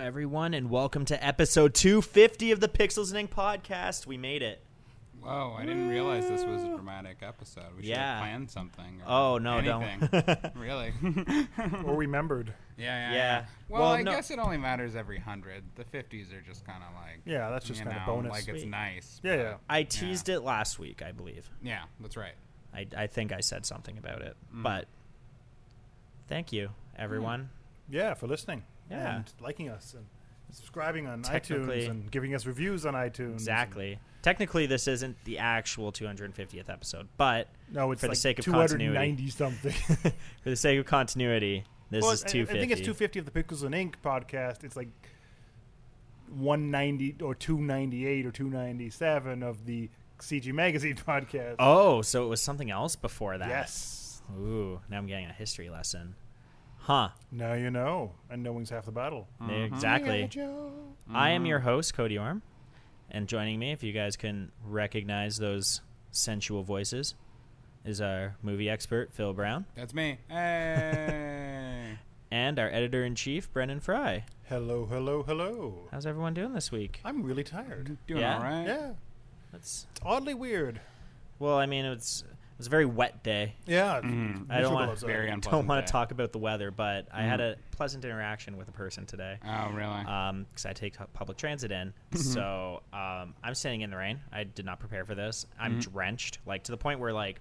everyone, and welcome to episode 250 of the Pixels and Ink podcast. We made it. Whoa, I didn't realize this was a dramatic episode. We should Yeah. have planned something. Or Oh, no, anything. don't. really? yeah, or remembered. yeah, Yeah. yeah. Well, Well, I no- guess it only matters every hundred. The 50s are just kind of like. Yeah, that's just you kinda know, bonus. Like it's Sweet. nice. Yeah, but- yeah. I teased it last week, I believe. Yeah, that's right. I, I think I said something about it, Mm. but thank you, everyone. Yeah, for listening. Yeah. And liking us and subscribing on Technically- iTunes and giving us reviews on iTunes. Exactly. Technically, this isn't the actual 250th episode, but And- no, it's For the like sake of 290 something. for the sake of continuity, this Well, is I- I 250. think it's 250 of the Pickles and Ink podcast. It's like 190 or 298 or 297 of the CG Magazine podcast. Oh, so it was something else before that. yes. Ooh, now I'm getting a history lesson. Huh. Now you know, and knowing's half the battle. Mm-hmm. Exactly. Yeah, Joe. I am your host, Cody Orm, and joining me, if you guys can recognize those sensual voices, is our movie expert, Phil Brown, That's me. Hey. and our editor in chief, Brendan Fry. Hello, hello, hello. How's everyone doing this week? I'm really tired. Doing Yeah? all right? Yeah, That's it's oddly weird. well, I mean, it's it was a very wet day. Yeah, it's I Mm. don't miserable wanna- outside. Very unpleasant. Don't want day. to talk about the weather, but I had a pleasant interaction with a person today Oh, really? because Um, I take hu- public transit in. Mm-hmm. So um, I'm standing in the rain. I did not prepare for this. I'm Mm-hmm. drenched, like to the point where like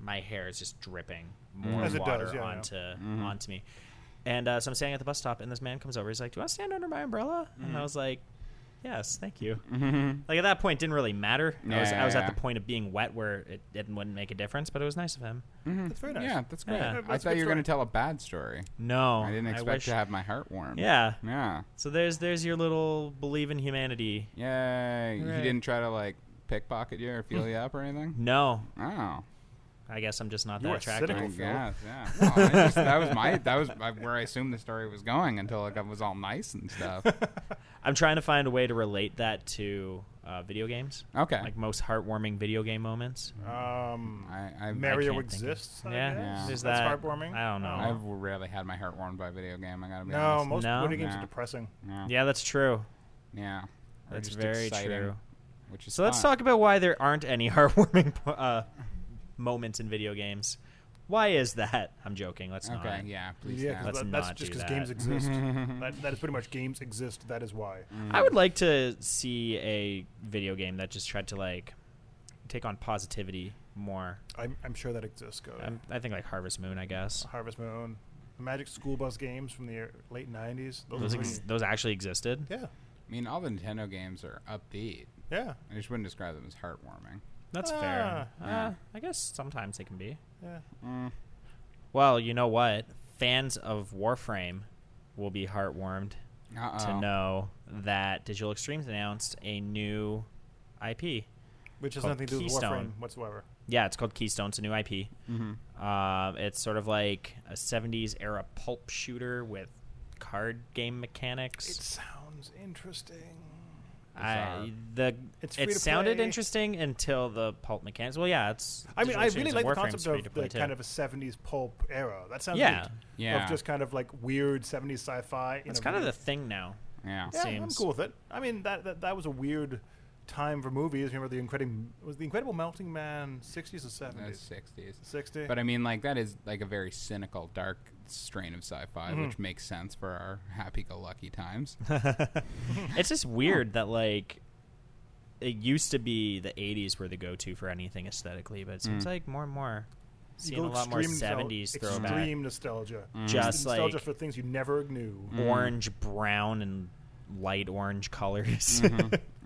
my hair is just dripping more As it water does, yeah, yeah. onto Mm-hmm. onto me. And uh, so I'm standing at the bus stop, and this man comes over. He's like, "Do you want to stand under my umbrella?" Mm-hmm. And I was like, "Yes, thank you." Like at that point, it didn't really matter. I was I Yeah, was yeah. at the point of being wet where it, it wouldn't make a difference, but it was nice of him. That's very nice. Mm-hmm. Yeah, that's great. Yeah. That's I a thought good you were going to story. tell a bad story. No, I didn't expect Oh, wish- to have my heart warmed. Yeah. Yeah. So there's there's your little believe in humanity. Yay. Hooray. He didn't try to, like, pickpocket you or feel you up or anything? No, Oh. I guess I'm just not You that are attractive. cynical. I Phil. guess, yeah. Well, I just- that was my. That was my- where I assumed the story was going until like, I was all nice and stuff. I'm trying to find a way to relate that to uh, video games, Okay. like most heartwarming video game moments. Um, I, I've, Mario can't think of- exists. I yeah, guess? there's that's that. heartwarming. I don't know. I've rarely had my heart warmed by a video game. I gotta be No, honest. most No? video games Nah. are depressing. yeah. yeah, that's true. Yeah. Or That's just very exciting, true. Which is So let's fun. talk about why there aren't any heartwarming po- uh, moments in video games. Why is that? I'm joking. Let's Okay. not. Yeah. Please. Yeah, Yeah. Let's because that's not just do because that. games exist. that, that is pretty much games exist. That is why. I would like to see a video game that just tried to like take on positivity more. I'm, I'm sure that exists. Go i I think like Harvest Moon, I guess. Harvest Moon, the Magic School Bus games from the er- late '90s. Those Those, are ex- pretty- those actually existed. yeah, I mean, all the Nintendo games are upbeat. yeah, I just wouldn't describe them as heartwarming. That's Ah, fair. Uh, I guess sometimes they can be. yeah. Mm. Well, you know what? Fans of Warframe will be heartwarmed Uh Oh. to know that Digital Extremes announced a new IP. Which has Called nothing to do with Keystone. Warframe whatsoever. Yeah, it's called Keystone. It's a new IP. Mm-hmm. Um, it's sort of like a 70s era pulp shooter with card game mechanics. It sounds interesting. I, bizarre. the It's free it to sounded play. interesting until the pulp mechanics. Well, yeah, it's. I mean, Digital I Extremes really and like the Warframe's concept free to of play, the too. kind of a '70s pulp era. That sounds Yeah. neat. Yeah. of just kind of like weird 70s sci-fi. in That's a kind of movie. the thing now. Yeah. Yeah, I'm seems- cool with it. I mean, that, that that was a weird time for movies. Remember the incredible was the Incredible Melting Man 60s or 70s? That's 60s. 60. But I mean, like that is like a very cynical, dark strain of sci-fi, Mm-hmm. which makes sense for our happy-go-lucky times. It's just weird that like it used to be the 80s were the go-to for anything aesthetically, but it Mm. seems like more and more You seeing go a lot more extreme nostal- 70s throwback, Mm. extreme nostalgia. Just nostalgia like- Mm. for things you never knew. Mm. orange, brown, and light orange colors,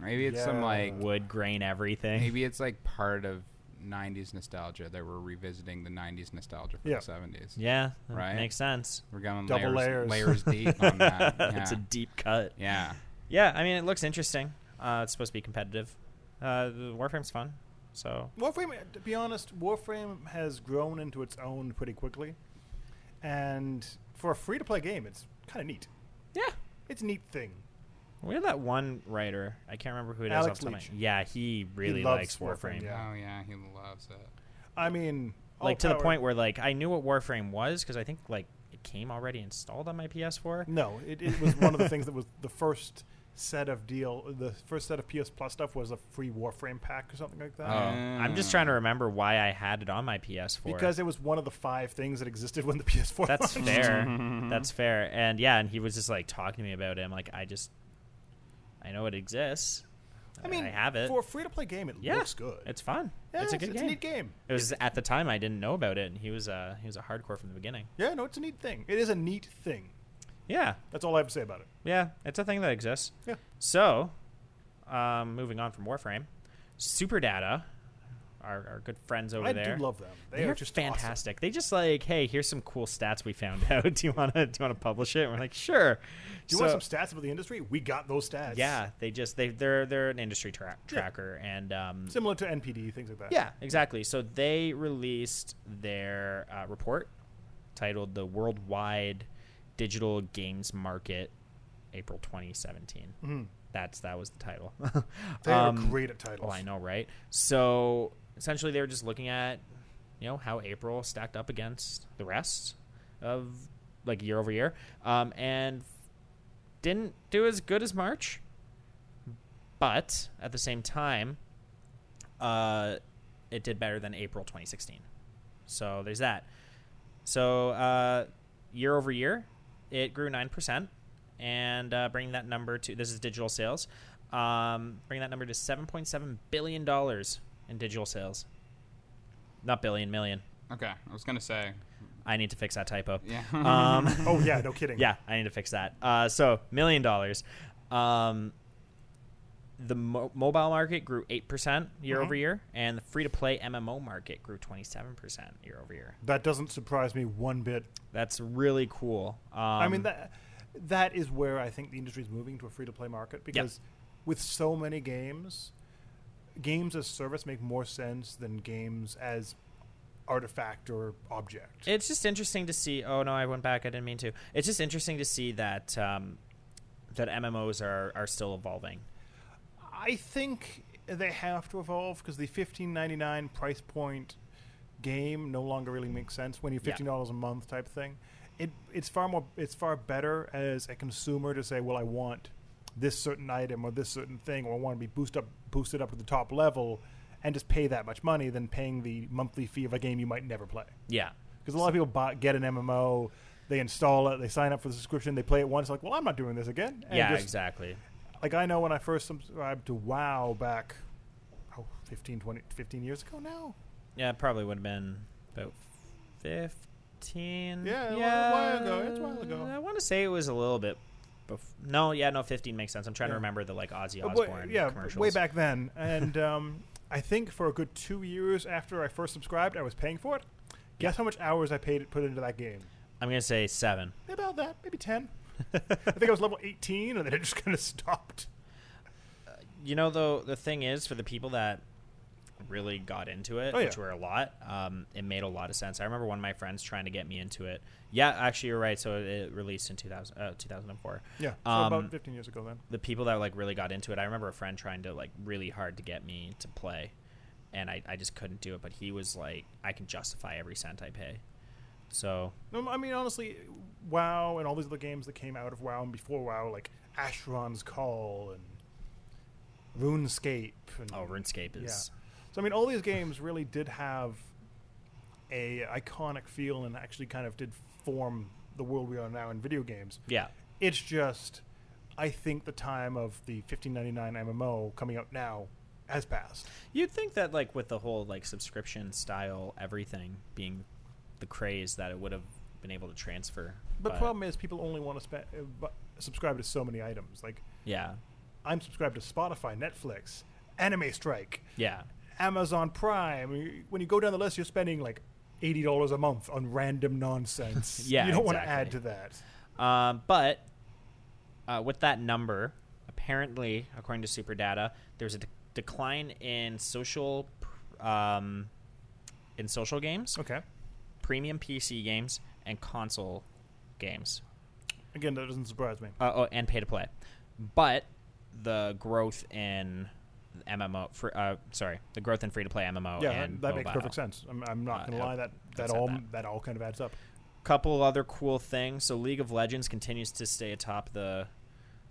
Maybe it's some Mm-hmm. Yeah. like wood grain, everything. maybe it's like part of 90s nostalgia that we're revisiting the 90s nostalgia from Yeah. the 70s. Yeah, that Right? makes sense. We're going Double layers, layers. layers deep on that. Yeah. it's a deep cut. yeah. Yeah, I mean it looks interesting. Uh, it's supposed to be competitive. Uh, the Warframe's fun, so Warframe, to be honest, Warframe has grown into its own pretty quickly, and for a free-to-play game, it's kind of neat. yeah. It's a neat thing. We had that one writer. I can't remember who it is. Alex off the top of my- Leach. Yeah, he really likes loves Warframe. Warframe, yeah. Oh yeah, he loves it. I mean, all like to the power- point where like I knew what Warframe was because I think like it came already installed on my PS4. No, it, it was one of the things that was the first set of deal. The first set of PS Plus stuff was a free Warframe pack or something like that. Oh, I'm just trying to remember why I had it on my PS4. Because it was one of the five things that existed when the PS4. that's launched. fair. That's fair. And yeah, and he was just like talking to me about it. I'm like, I just, I know it exists. I mean, I have it. for a free to play game. It yeah, looks good. It's fun. Yeah, it's a good it's game. neat game. It was at the time I didn't know about it, and he was uh he was a hardcore from the beginning. Yeah, no, it's a neat thing. It is a neat thing. Yeah, That's all I have to say about it. yeah, it's a thing that exists. Yeah. So, um, moving on from Warframe, Super Data, our, our good friends over I there. do love them. They They're are just awesome. fantastic. They just like, hey, here's some cool stats we found out. do you wanna do you wanna publish it? And we're like, sure. Do you So- want some stats about the industry? We got those stats. Yeah, they just they they're they're an industry tra- Yeah. tracker and um, Similar to NPD, things like that. yeah, exactly. So they released their uh, report titled "The Worldwide Digital Games Market, April 2017." Mhm. That's that was the title. They are great at Oh, titles. I know, right? So essentially, they were just looking at you know how April stacked up against the rest of like year over year, um, and didn't do as good as March, but at the same time, uh, it did better than April 2016. So there's that. So uh, year over year, it grew nine percent, and uh, bringing that number to this is digital sales, um, bringing that number to seven point seven billion dollars in digital sales. Not billion, million. Okay, I was gonna say. I need to fix that typo. Yeah. Um, Oh yeah, no kidding. yeah, I need to fix that. Uh, so million dollars. Um, the mo- mobile market grew eight percent year over year, and the free to play MMO market grew twenty seven percent year over year. That doesn't surprise me one bit. That's really cool. Um, I mean that that is where I think the industry is moving to a free to play market because with so many games, games as service make more sense than games as artifact or object. It's just interesting to see. Oh no, I went back. I didn't mean to. It's just interesting to see that um, that MMOs are are still evolving. I think they have to evolve because the fifteen ninety nine price point game no longer really makes sense when you're Yeah. fifteen dollars a month type thing. It it's far more it's far better as a consumer to say, well, I want this certain item or this certain thing, or I want to be boost up boosted up to the top level, and just pay that much money than paying the monthly fee of a game you might never play. Yeah, Because a lot of people buy, get an MMO, they install it, they sign up for the subscription, they play it once, like, well, I'm not doing this again. and yeah, just- exactly. like I know when I first subscribed to WoW back oh, 15, 20, 15 years ago now. Yeah, it probably would have been about fifteen. Yeah, a while ago. It's a while ago. I want to say it was a little bit. Bef- no, yeah, no, fifteen makes sense. I'm trying to Yeah. remember the like Ozzy But wa- Osbourne yeah, commercials. Uh, way back then. And um, I think for a good two years after I first subscribed, I was paying for it. Guess how much hours I paid put into that game? I'm gonna say seven. About that, maybe 10. I think I was level 18 and then it just kind of stopped. you know though the thing is for the people that really got into it Oh, yeah. which were a lot um, it made a lot of sense i remember one of my friends trying to get me into it yeah actually you're right so it, it released in 2000, uh, 2004 Yeah, so Um, about 15 years ago then. the people that like really got into it i remember a friend trying to like really hard to get me to play and I, I just couldn't do it but he was like i can justify every cent i pay so No, I mean, honestly, WoW and all these other games that came out of WoW and before WoW, like Asheron's Call and RuneScape. And oh runescape is So I mean, all these games really did have a iconic feel and actually kind of did form the world we are now in video games. yeah It's just, I think the time of the 15.99 MMO coming out now has passed. You'd think that like with the whole like subscription style everything being the craze that it would have been able to transfer. But the problem is, people only want to spend uh, bu- subscribe to so many items. Like Yeah. I'm subscribed to Spotify, Netflix, Anime Strike, Yeah. Amazon Prime. You- When you go down the list, you're spending like eighty dollars a month on random nonsense. Yeah, you don't want to exactly. add to that. Um, but uh, with that number, apparently, according to Superdata, there's a de- decline in social pr- um, in social games, Okay. premium PC games, and console games. Again, that doesn't surprise me. uh, oh, and pay to play, but the growth in MMO, fr- uh, sorry, the growth in free to play MMO. yeah, and that, that makes mobile. perfect sense. I'm, I'm Uh, not gonna yeah, lie that that said all that. that all kind of adds up. couple other cool things. So League of Legends continues to stay atop the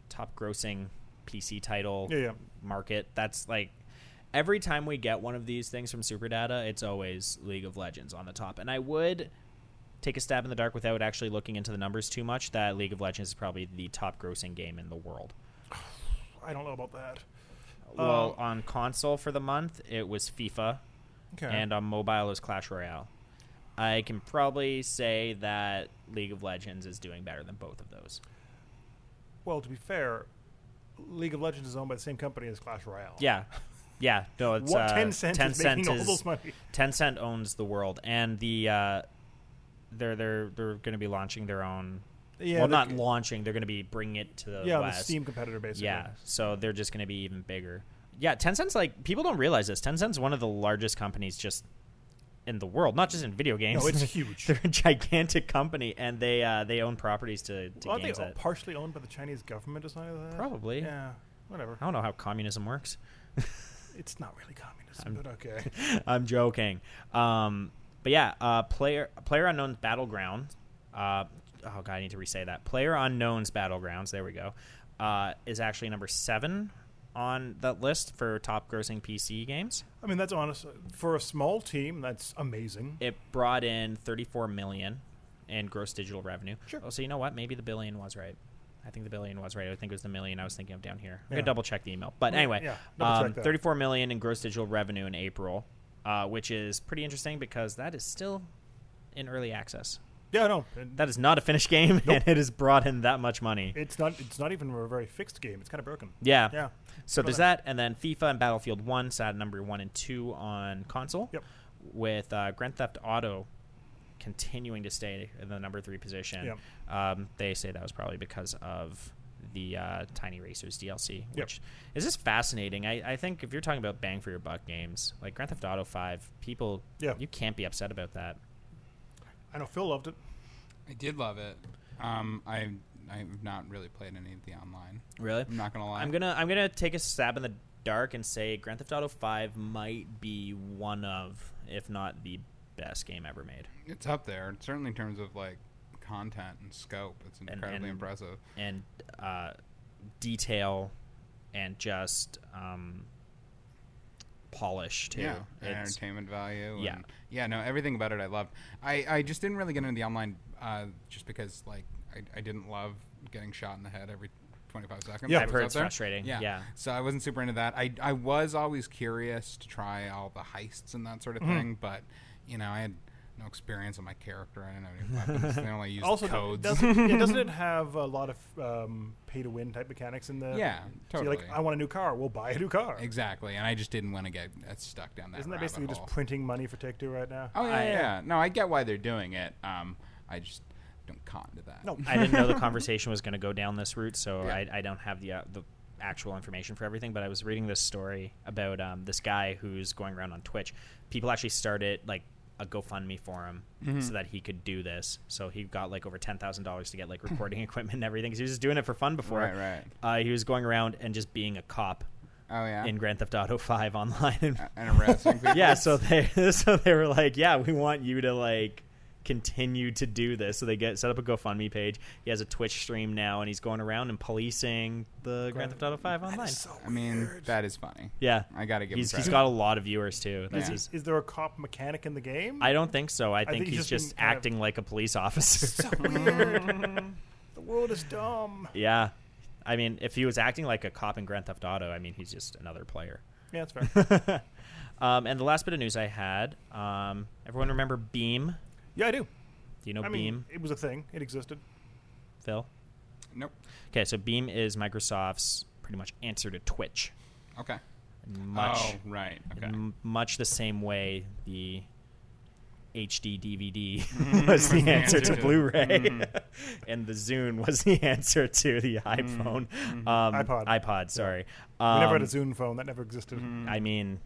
top grossing PC title Yeah, yeah. market. That's like every time we get one of these things from Superdata, it's always League of Legends on the top. And I would take a stab in the dark without actually looking into the numbers too much that League of Legends is probably the top grossing game in the world. I don't know about that. well, on console for the month, it was FIFA Okay. and um, on mobile it was Clash Royale. I can probably say that League of Legends is doing better than both of those. well, to be fair, League of Legends is owned by the same company as Clash Royale. Yeah. Yeah, no, it's What uh, Tencent is Tencent making all is- this money? Tencent owns the world, and the uh, they're they're they're going to be launching their own. Yeah, well, the- not launching. They're going to be bringing it to the Yeah, the West. Steam competitor basically. yeah, so they're just going to be even bigger. Yeah, Tencent's like people don't realize this. Tencent's one of the largest companies just in the world, not just in video games. No, it's huge. they're a gigantic company, and they uh, they own properties to, to Aren't they games all that partially owned by the Chinese government or something like that? probably. Yeah. Whatever. I don't know how communism works. It's not really communism, but okay. I'm joking. Um, but yeah, uh, player player unknown's battleground. Uh, oh god, I need to re-say that. Player unknown's battlegrounds. There we go. Uh, is actually number seven on that list for top grossing PC games. I mean, that's honest for a small team. That's amazing. It brought in 34 million in gross digital revenue. Sure. Oh, so you know what? Maybe the billion was right. I think the billion was right. I think it was the million I was thinking of down here. I'm Yeah. gonna double check the email. But Yeah, anyway, yeah, double check um, that. 34 million in gross digital revenue in April, uh, which is pretty interesting because that is still in early access. Yeah, no, and That is not a finished game, and it has brought in that much money. it's not. It's not even a very fixed game. It's kind of broken. yeah. Yeah. So Good on there's them. that, and then FIFA and Battlefield One sat at number one and two on console. Yep. With uh, Grand Theft Auto continuing to stay in the number three position. Yep. Um, they say that was probably because of the uh, Tiny Racers DLC, Yep. which is just fascinating. I, I think if you're talking about bang for your buck games, like Grand Theft Auto Five, people, Yeah. you can't be upset about that. I know Phil loved it. I did love it. Um, I I've not really played any of the online. Really? I'm not gonna lie. I'm gonna I'm gonna take a stab in the dark and say Grand Theft Auto Five might be one of, if not the best game ever made. It's up there, certainly in terms of like content and scope. It's incredibly and- impressive. and uh, detail and just um, polish too. Yeah, and It's- entertainment value. Yeah. and, yeah. No, everything about it I loved. I I just didn't really get into the online, uh, just because like I, I didn't love getting shot in the head every. 25 seconds. Yeah. that I've was heard up it's there. frustrating. Yeah. So I wasn't super into that. I, I was always curious to try all the heists and that sort of Mm-hmm. thing, but, you know, I had no experience on my character. I didn't have any weapons. they only used Also, codes. Doesn't, yeah, doesn't it have a lot of um, pay-to-win type mechanics in the? Yeah, So you're like, totally. I want a new car. We'll buy a new car. Exactly, and I just didn't want to get uh, stuck down that. Isn't that rabbit basically just hole. printing money for Take Two right now? Oh yeah, I- yeah, yeah. No, I get why they're doing it. Um, I just don't cotton to that. No. I didn't know the conversation was going to go down this route, so Yeah. I, I don't have the uh, the actual information for everything. But I was reading this story about um, this guy who's going around on Twitch. People actually started like a GoFundMe for him Mm-hmm. so that he could do this. So he got like over ten thousand dollars to get like recording equipment and everything. 'cause he was just doing it for fun before. Right, right. Uh, he was going around and just being a cop Oh yeah. in Grand Theft Auto Five online and A- and harassing people. yeah, so they so they were like, yeah, we want you to like continue to do this. So they get set up a GoFundMe page. He has a Twitch stream now, and he's going around and policing the Grand Theft Auto Five online. I mean, that is funny. yeah, I gotta give. he's him he's credit. got a lot of viewers too. That's Is, he- his- is there a cop mechanic in the game? I don't think so. I think, think he's, he's just just been kind of- acting like a police officer. so weird. the world is dumb. yeah, I mean, if he was acting like a cop in Grand Theft Auto, I mean, he's just another player. Yeah, that's fair. um, and the last bit of news I had, um, everyone remember Beam? yeah, I do. Do you know I mean, Beam, it was a thing. It existed. Phil? Nope. Okay, so Beam is Microsoft's pretty much answer to Twitch, Okay. much Oh, right. Okay. m- much the same way the HD DVD was the answer Mm-hmm. to Blu-ray, and the Zune was the answer to the iPhone, Um, Mm-hmm. iPod. iPod. Sorry, um, mm. we never had a Zune phone. That never existed I mean,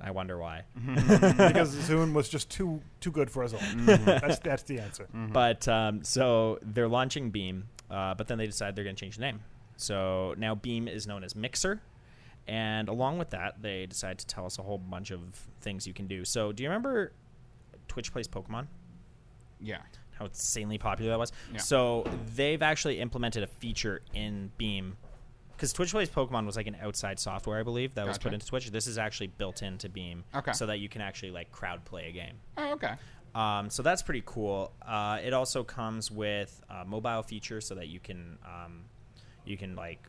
I wonder why. because Zune was just too too good for us all. Mm. That's that's the answer. Mm-hmm. But um, so they're launching Beam, uh, but then they decide they're going to change the name. So now Beam is known as Mixer. And along with that, they decide to tell us a whole bunch of things you can do. So, do you remember Twitch plays Pokemon? Yeah. how insanely popular that was. Yeah. So they've actually implemented a feature in Beam because Twitch Plays Pokemon was like an outside software, I believe, that was Gotcha. put into Twitch. This is actually built into Beam, Okay. so that you can actually like crowd play a game. Oh, okay. Um, so that's pretty cool. Uh, it also comes with a mobile feature so that you can um, you can like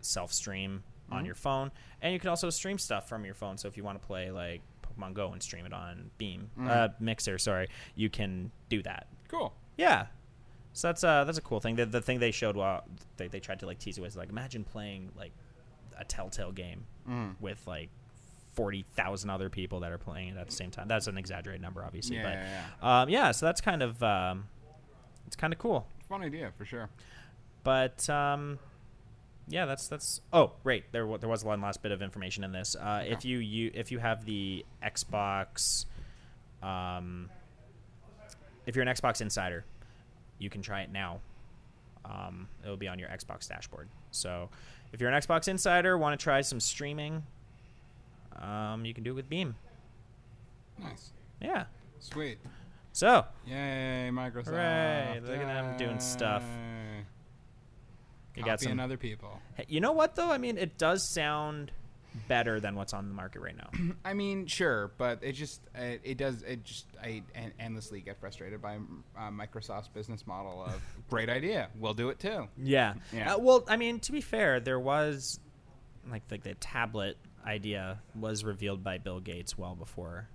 self stream on your phone, and you can also stream stuff from your phone. So if you want to play like Pokemon Go and stream it on Beam uh, Mixer, sorry, you can do that. Cool. Yeah. So that's uh that's a cool thing. The, the thing they showed while they, they tried to like tease it was like imagine playing like a Telltale game Mm. with like forty thousand other people that are playing it at the same time. That's an exaggerated number, obviously, Yeah, but yeah, Um, yeah. So that's kind of um, it's kind of cool. Fun idea for sure. But um, yeah, that's that's. Oh, right. There wa- there was one last bit of information in this. Uh, If you, you if you have the Xbox, um, if you're an Xbox insider, you can try it now. Um, it'll be on your Xbox dashboard. So, if you're an Xbox insider, want to try some streaming, um, you can do it with Beam. Nice. Yeah. Sweet. So Yay, Microsoft. Hooray, look at them doing stuff. Yay. you got Copying some. other people. Hey, You know what though? I mean, it does sound better than what's on the market right now. I mean, sure, but it just it, it does it just I en- endlessly get frustrated by uh, Microsoft's business model of great idea, we'll do it too. Yeah. Yeah. Uh, well, I mean, to be fair, there was like like the tablet idea was revealed by Bill Gates well before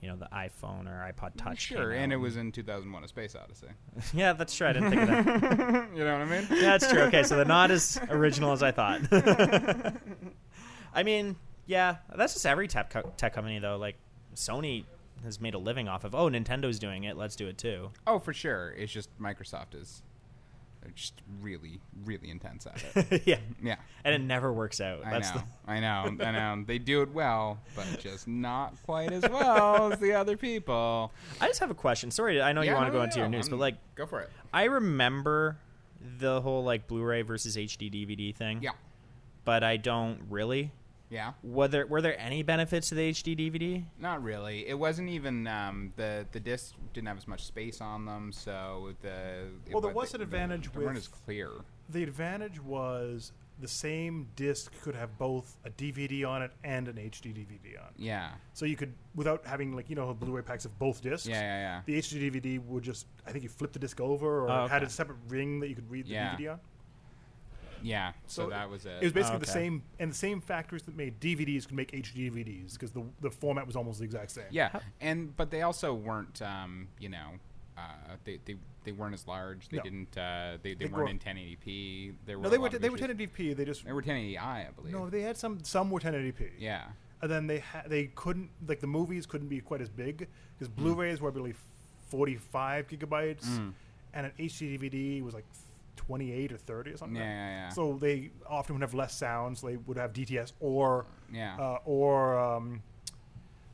you know the iPhone or iPod Touch. sure, came and it out. was in 2001: A Space Odyssey. yeah, that's true. I didn't think of that. you know what I mean? That's true. Okay, so they're not as original as I thought. I mean, yeah, that's just every tech co- tech company though. Like Sony has made a living off of. Oh, Nintendo's doing it. Let's do it too. Oh, for sure. It's just Microsoft is they're just really, really intense at it. yeah, yeah, and it never works out. I That's know, the I know, I know. They do it well, but just not quite as well as the other people. I just have a question. Sorry, I know you Yeah, want to go no, no, into your no, news, I'm- but like, go for it. I remember the whole like Blu-ray versus HD DVD thing. Yeah, But I don't really. yeah. Were there were there any benefits to the HD DVD? Not really. It wasn't even um, the the discs didn't have as much space on them, so the it Well, there wa- was an advantage They weren't with- as clear. The advantage was the same disc could have both a DVD on it and an HD DVD on it. Yeah, So you could, without having like you know Blu-ray packs of both discs. yeah, yeah, yeah. The HD DVD would just, I think you flipped the disc over or Oh, had okay. a separate ring that you could read the Yeah. DVD on. yeah so, so that was it. It was basically Oh, the okay. same, and the same factories that made DVDs could make HD DVDs because the the format was almost the exact same. yeah, and but they also weren't, um, you know, uh, they, they they weren't as large. They No. didn't. Uh, they they, They weren't grow- in 1080p. There were No, a they lot were of they were issues. 1080p. They just They were 1080i, I believe. no, they had some some were 1080p. yeah, and then they ha- they couldn't like the movies couldn't be quite as big because Mm. Blu-rays were I believe 45 gigabytes, and an HD DVD was like 28 or 30 or something. Yeah, yeah, yeah. So they often would have less sounds. they would have DTS or yeah. uh, or um,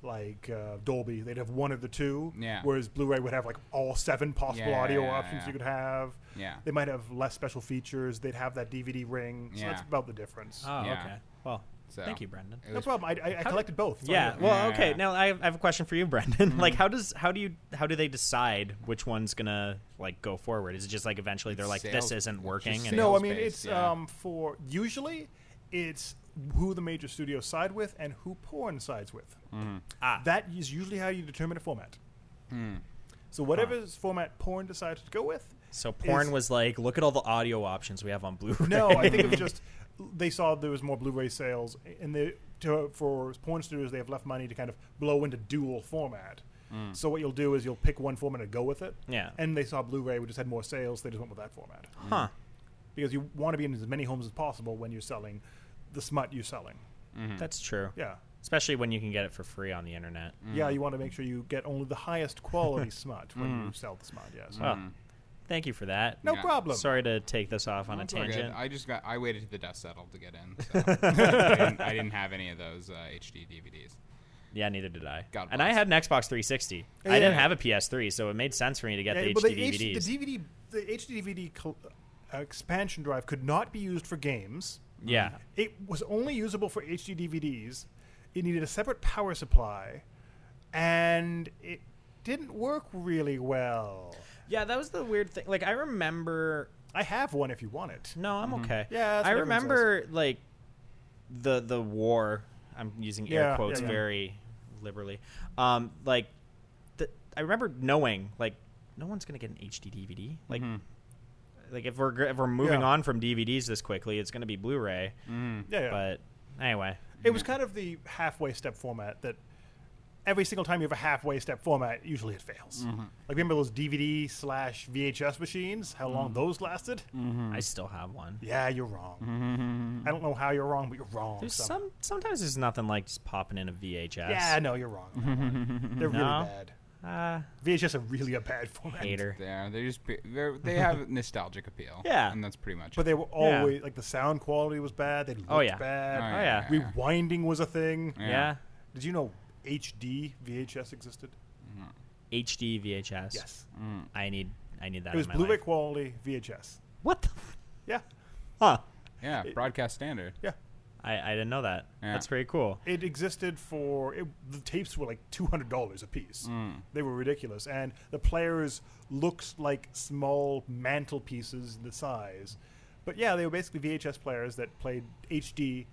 like uh, Dolby. They'd have one of the two. Yeah. Whereas Blu-ray would have like all seven possible Yeah, audio yeah, options yeah. you could have. Yeah. They might have less special features. They'd have that DVD ring. So that's Yeah. about the difference. Oh, Yeah. okay. Well, So, thank you, Brendan. it no was- problem. I, I, I collected both. so I Yeah. know. Well, Yeah. okay. Now I have, I have a question for you, Brendan. like, how does how do you how do they decide which one's gonna like go forward? Is it just like eventually they're It's like sales- this isn't it's working? just And No, I sales mean base, it's yeah. um, for usually it's who the major studios side with and who porn sides with. Ah. Hmm. That is usually how you determine a format. So whatever format porn decides to go with. so porn is- was like, look at all the audio options we have on Blu-ray. No, I think it was just they saw there was more Blu-ray sales, and they to, for porn studios they have left money to kind of blow into dual format. So what you'll do is you'll pick one format and go with it. Hmm. Yeah. And they saw Blu-ray, which just had more sales. They just went with that format huh. because you want to be in as many homes as possible when you're selling the smut you're selling. That's true. Yeah. Mm-hmm. Especially when you can get it for free on the internet. Yeah, you want to make sure you get only the highest quality smut when you sell the smut, yes. Mm. Well, thank you for that. no yeah. problem. Sorry to take this off on a That's all good. tangent. I just got. I waited till the dust settled to get in. So. I, didn't, I didn't have any of those uh, HD DVDs. Yeah, neither did I. God and I bless. had an Xbox 360. I Yeah. didn't have a PS3, so it made sense for me to get Yeah, the but HD the, DVDs. H- the DVD, the HDDVD col- uh, expansion drive could not be used for games. yeah. It was only usable for HD DVDs. It needed a separate power supply, and it didn't work really well. Yeah, that was the weird thing. Like I remember I have one if you want it. No, I'm okay. Yeah, that's I what everyone remember like the the war. I'm using air Yeah, quotes yeah, yeah. very liberally. Um, like the, I remember knowing like no one's gonna get an HD DVD. Like Mhm. like if we're gr- if we're moving Yeah. on from DVDs this quickly, it's gonna be Blu-ray. Mm. Yeah, yeah. Hmm. But anyway, it was kind of the halfway step format that every single time you have a halfway step format, usually it fails. Mm-hmm. Like remember those DVD slash VHS machines? How Mm-hmm. long those lasted? I still have one. Yeah, you're wrong. Mm-hmm. I don't know how you're wrong, but you're wrong. There's somehow. some sometimes there's nothing like just popping in a VHS. Yeah, no, you're wrong. on that one. They're really Mm-hmm. No. bad. Ah, VHS are really a bad format. hater. Yeah, they just be- they're, they have nostalgic appeal. Yeah. and that's pretty much. But it. they were always like the sound quality was bad. They looked Oh, yeah. bad. Oh, yeah. Rewinding was a thing. Yeah. Did you know HD VHS existed? HD VHS. Yes, I need I need that. it was in my Blu-ray life. quality VHS. What the? Yeah, Huh. yeah, broadcast standard. yeah. I, I didn't know that. Yeah. That's pretty cool. It existed for it, the tapes were like two hundred dollars a piece. Mm. They were ridiculous, and the players looked like small mantelpieces in the size. But yeah, they were basically VHS players that played HD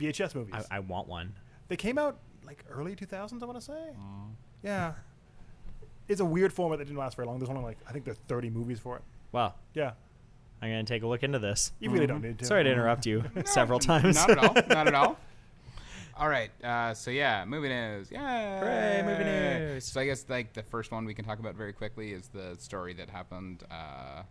VHS movies. I, I want one. They came out like early 2000s, I want to say. Mm. Yeah. It's a weird format that didn't last very long. There's only like, I think there's 30 movies for it. Well, Yeah. I'm gonna take a look into this. You really don't need to. Mm-hmm. Mm-hmm. Sorry to interrupt you several No, times. Not at all. Not at all. All right. Uh, so yeah, movie news. Yeah. Hooray, movie news. So I guess like the first one we can talk about very quickly is the story that happened uh,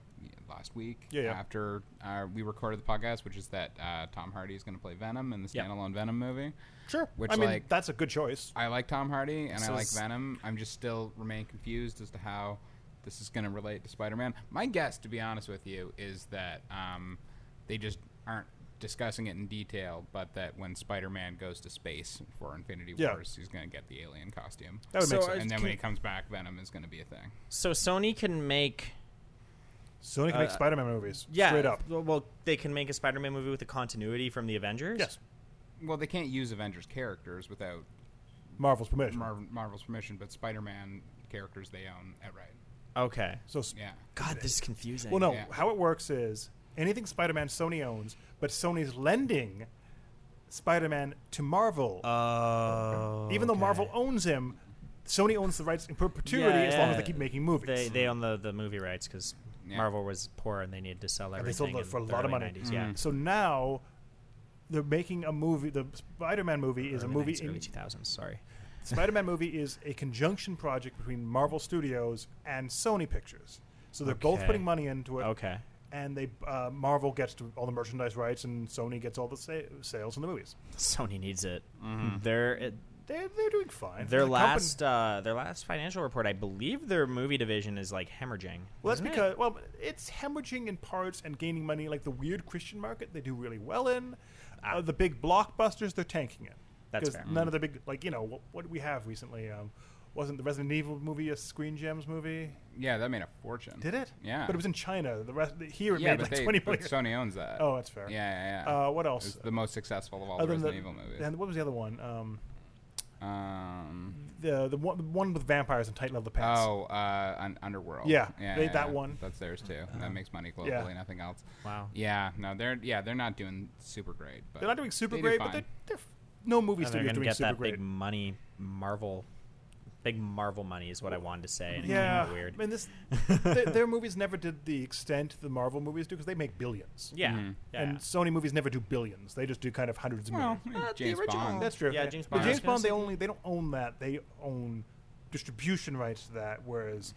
last week Yeah, yeah. after uh, we recorded the podcast, which is that uh, Tom Hardy is going to play Venom in the Yep. standalone Venom movie. Sure. Which, I mean, like- that's a good choice. I like Tom Hardy and This I like is- Venom. I'm just still remain confused as to how this is going to relate to Spider-Man. My guess, to be honest with you, is that um, they just aren't discussing it in detail, but that when Spider-Man goes to space for Infinity Yeah. Wars, he's going to get the alien costume, That would So make I- sense. and then can- when he comes back, Venom is going to be a thing. So Sony can make Sony can make uh, Spider Man movies. yeah. Straight up. Well, well, they can make a Spider-Man movie with a continuity from the Avengers. Yes. Well, they can't use Avengers characters without Marvel's permission. Mar- Marvel's permission, but Spider-Man characters they own outright. Okay. so, s- Yeah. God, this is confusing. well, no, Yeah. how it works is anything Spider Man Sony owns, but Sony's lending Spider Man to Marvel. Oh. Uh, Even though okay. Marvel owns him, Sony owns the rights in perpetuity Yeah, as long as yeah. they keep making movies. They they own the, the movie rights because Yeah. Marvel was poor and they needed to sell And they everything. sold it in for a the lot of early money. 90s, Mm. Yeah. So now they're making a movie. The Spider-Man movie is a Early movie. 90s, early In, 2000s. Sorry. Spider-Man movie is a conjunction project between Marvel Studios and Sony Pictures. So they're both Okay. putting money into it, Okay. and they uh, Marvel gets to all the merchandise rights, and Sony gets all the sa- sales in the movies. Sony needs it. Mm-hmm. They're it, They're, they're doing fine. Their The company- last uh, their last financial report, I believe their movie division is like hemorrhaging. Well, that's isn't it? because well, it's hemorrhaging in parts and gaining money, like the weird Christian market they do really well in. Ah. Uh, the big blockbusters they're tanking it. That's 'Cause fair. None Mm-hmm. of the big like you know what, what did we have recently um, wasn't the Resident Evil movie a Screen Gems movie? Yeah, that made a fortune. Did it? Yeah. but it was in China. The rest here it yeah, made but, like they, twenty but million. Sony owns that. oh, that's fair. Yeah, yeah, yeah. Uh, what It else? was the most successful of all the Other than Resident the- Evil movies. And what was the other one? Um, um, the the one, the one with vampires and tight leather pants. oh, uh, Un- Underworld. Yeah, yeah, they- yeah, that yeah. one. Uh, That's theirs too. that makes money globally. Yeah. Nothing else. wow, Yeah, no, they're yeah, they're not doing super great. But they're not doing super they do great, but fine. they're, they're no movie And they're studio gonna doing get super that great. big money, Marvel, big Marvel money is what I wanted to say. and it came out yeah, weird. I mean, this their, their movies never did the extent the Marvel movies do because they make billions. yeah, Mhm. yeah. And Sony movies never do billions; they just do kind of hundreds of well, millions. Uh, the James original- Bond. That's true. Yeah, James But Bond. James I was gonna Bond, they say- only they don't own that. They own distribution rights to that. Whereas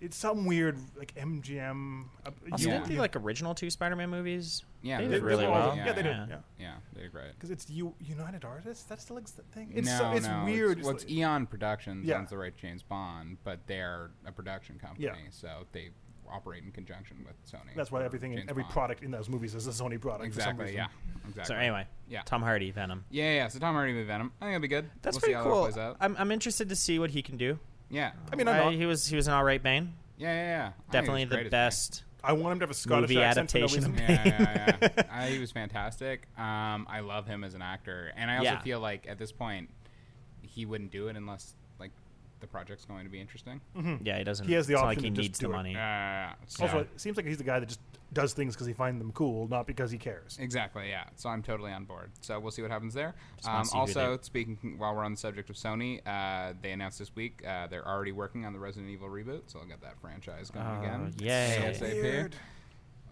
it's some weird like MGM. uh, also, you- didn't the like original two Spider-Man movies? yeah, they they're did doing really were great. all- well. Yeah, they did. Yeah. Yeah. Yeah, they're great. Because it's U- United Artists. That still is the thing. It's no, so, it's no, weird. It's, well, it's like- Eon Productions Yeah. owns the right James Bond, but they're a production company, so they operate in conjunction with Sony. that's why for everything, James every Bond. product in those movies is a Sony product. for some Exactly. reason. Yeah. Exactly. So anyway, Yeah. Tom Hardy, Venom. Yeah, yeah. So Tom Hardy with Venom. I think it'll be good. That's we'll see pretty how cool. That plays out. I'm, I'm interested to see what he can do. yeah. I mean, I'm not- he was he was an all right Bane. Yeah, yeah, yeah. I think Definitely he's great the as best. I want him to have a Scottish Movie accent for no adaptation. reason. Bane. Yeah, yeah, yeah. I, he was fantastic. Um, I love him as an actor, and I also Yeah. feel like at this point, he wouldn't do it unless like the project's going to be interesting. Yeah, he doesn't. He has the it's not like option he to just needs the do it. money. Uh, so- Also, it seems like he's the guy that just does things because he finds them cool, not because he cares. Exactly, yeah. So I'm totally on board. So we'll see what happens there. Just wanna Um, see who also, speaking while we're on the subject of Sony, uh, they announced this week uh, they're already working on the Resident Evil reboot, so I'll get that franchise going Oh, again. yay. ASAP.